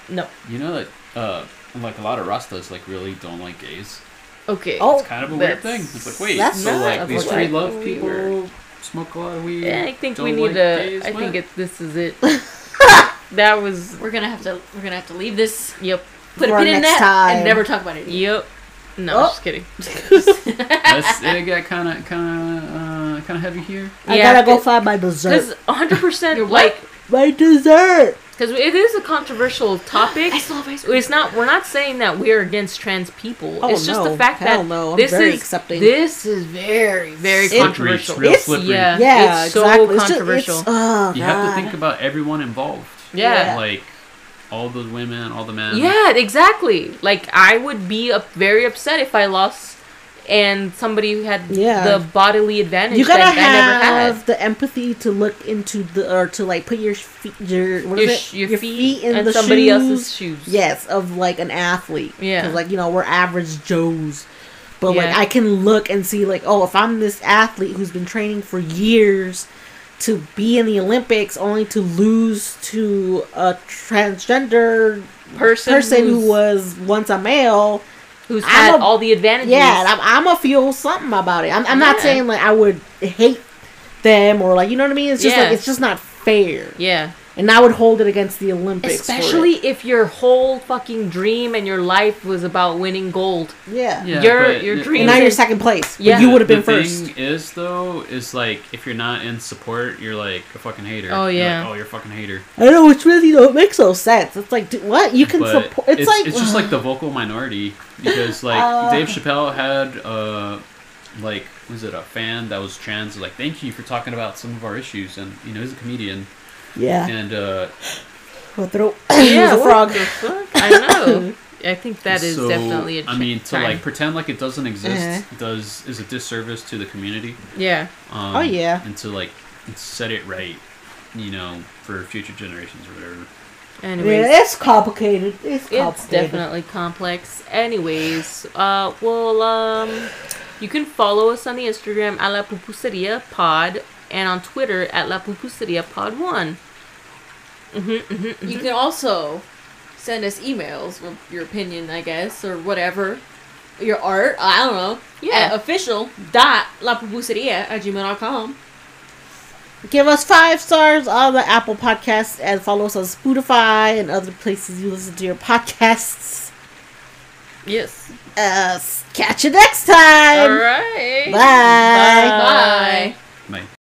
S2: No.
S4: you know that uh, like a lot of Rastas like really don't like gays.
S2: Okay.
S1: Oh,
S4: Kind of a weird
S2: That's-
S4: thing. It's like wait,
S1: that's
S4: so
S1: not
S4: like
S1: a
S4: these
S1: black
S4: free love
S1: people.
S4: people smoke a lot of weed.
S2: Yeah, I think we
S4: don't
S2: need
S4: like
S2: a.
S4: gays,
S2: I
S4: what?
S2: think it. This is it. that was.
S3: We're gonna have to we're gonna have to leave this,
S2: Yep.
S3: put
S1: For
S3: a pin in
S1: next
S3: that,
S1: time.
S3: and never talk about it.
S2: Yep. No,
S1: Oh.
S2: just kidding.
S4: That's, it got kind of kind of uh, kind of heavy here.
S1: I
S2: Yeah,
S1: gotta go
S2: it-
S1: find my dessert.
S2: Because 100%
S3: what?
S2: like
S1: My dessert.
S2: because it is a controversial topic.
S3: I still have ice cream.
S2: It's not. We're not saying that we're against trans people.
S1: Oh,
S2: it's just
S1: no.
S2: the fact
S1: Hell
S2: that
S1: no. I'm
S2: this
S1: very
S2: is
S1: accepting.
S2: this is very very
S1: Slippery.
S2: controversial.
S4: It's real
S1: It's-
S4: slippery.
S2: yeah.
S1: Yeah,
S2: Uh, it's so
S1: exactly. It's just-
S2: controversial.
S1: it's- oh,
S4: You have to
S1: God.
S4: think about everyone involved.
S2: Yeah.
S4: Like all the women, all the men.
S2: yeah, exactly. Like I would be up very upset if I lost and somebody who had
S1: Yeah.
S2: the bodily advantage
S1: You gotta
S2: that I never
S1: have
S2: had.
S1: the empathy to look into the or to like put your feet your what is
S2: Your,
S1: it
S2: sh- your, feet,
S1: in
S2: and
S1: the
S2: somebody
S1: shoes.
S2: else's shoes.
S1: Yes, of like an athlete.
S2: Yeah.
S1: 'Cause, like you know we're average Joes, but like
S2: Yeah.
S1: I can look and see like oh if I'm this athlete who's been training for years to be in the Olympics only to lose to a transgender
S2: Person,
S1: person who
S2: who's-
S1: was once a male.
S2: who's
S1: I'm
S2: had
S1: a-
S2: all the advantages.
S1: Yeah, and I'm, I'm gonna feel something about it. I'm, I'm not
S2: Yeah.
S1: saying like I would hate them or like you know what I mean. It's just like
S2: Yeah.
S1: it's just not fair,
S2: yeah.
S1: and I would hold it against the Olympics, for it.
S2: Especially if your whole fucking dream and your life was about winning gold.
S1: yeah.
S4: Yeah,
S2: Your-
S4: but
S2: your
S4: the-
S2: dream-
S1: And now you're second place. Yeah,
S2: Yeah.
S1: you would have
S4: the
S1: been first.
S4: thing is though, is like if you're not in support, you're like a fucking hater.
S2: Oh,
S4: You're like,
S2: yeah.
S4: oh, you're a fucking hater.
S1: I don't know, which really don't make so sense. It's like, dude, what you can
S4: But
S1: support? It's, like
S4: it's just like the vocal minority because like
S1: Uh.
S4: Dave Chappelle had uh like was it a fan that was trans like thank you for talking about some of our issues and you know he's a comedian
S1: Yeah.
S4: and uh
S1: Her throat
S2: Yeah,
S1: was a frog.
S2: I know. I think that is
S4: so,
S2: definitely a
S4: I mean to
S2: time.
S4: like pretend like it doesn't exist
S1: Uh-huh.
S4: does is a disservice to the community
S2: yeah.
S4: um,
S1: Oh, yeah.
S4: and to like set it right you know for future generations or whatever
S2: Anyways,
S1: Yeah, it's complicated. It's complicated.
S2: it's definitely complex. Anyways, uh, well, um, you can follow us on the Instagram at La Pupuseria Pod and on Twitter at La Pupuseria Pod One.
S3: You can also send us emails with your opinion, I guess, or whatever. Your art, I don't know.
S2: Yeah.
S3: At official dot la pupuseria at gmail.com.
S1: Give us five stars on the Apple Podcasts and follow us on Spotify and other places you listen to your podcasts.
S2: Yes.
S1: Uh, catch you next time.
S2: All right.
S1: Bye.
S3: Bye.
S4: like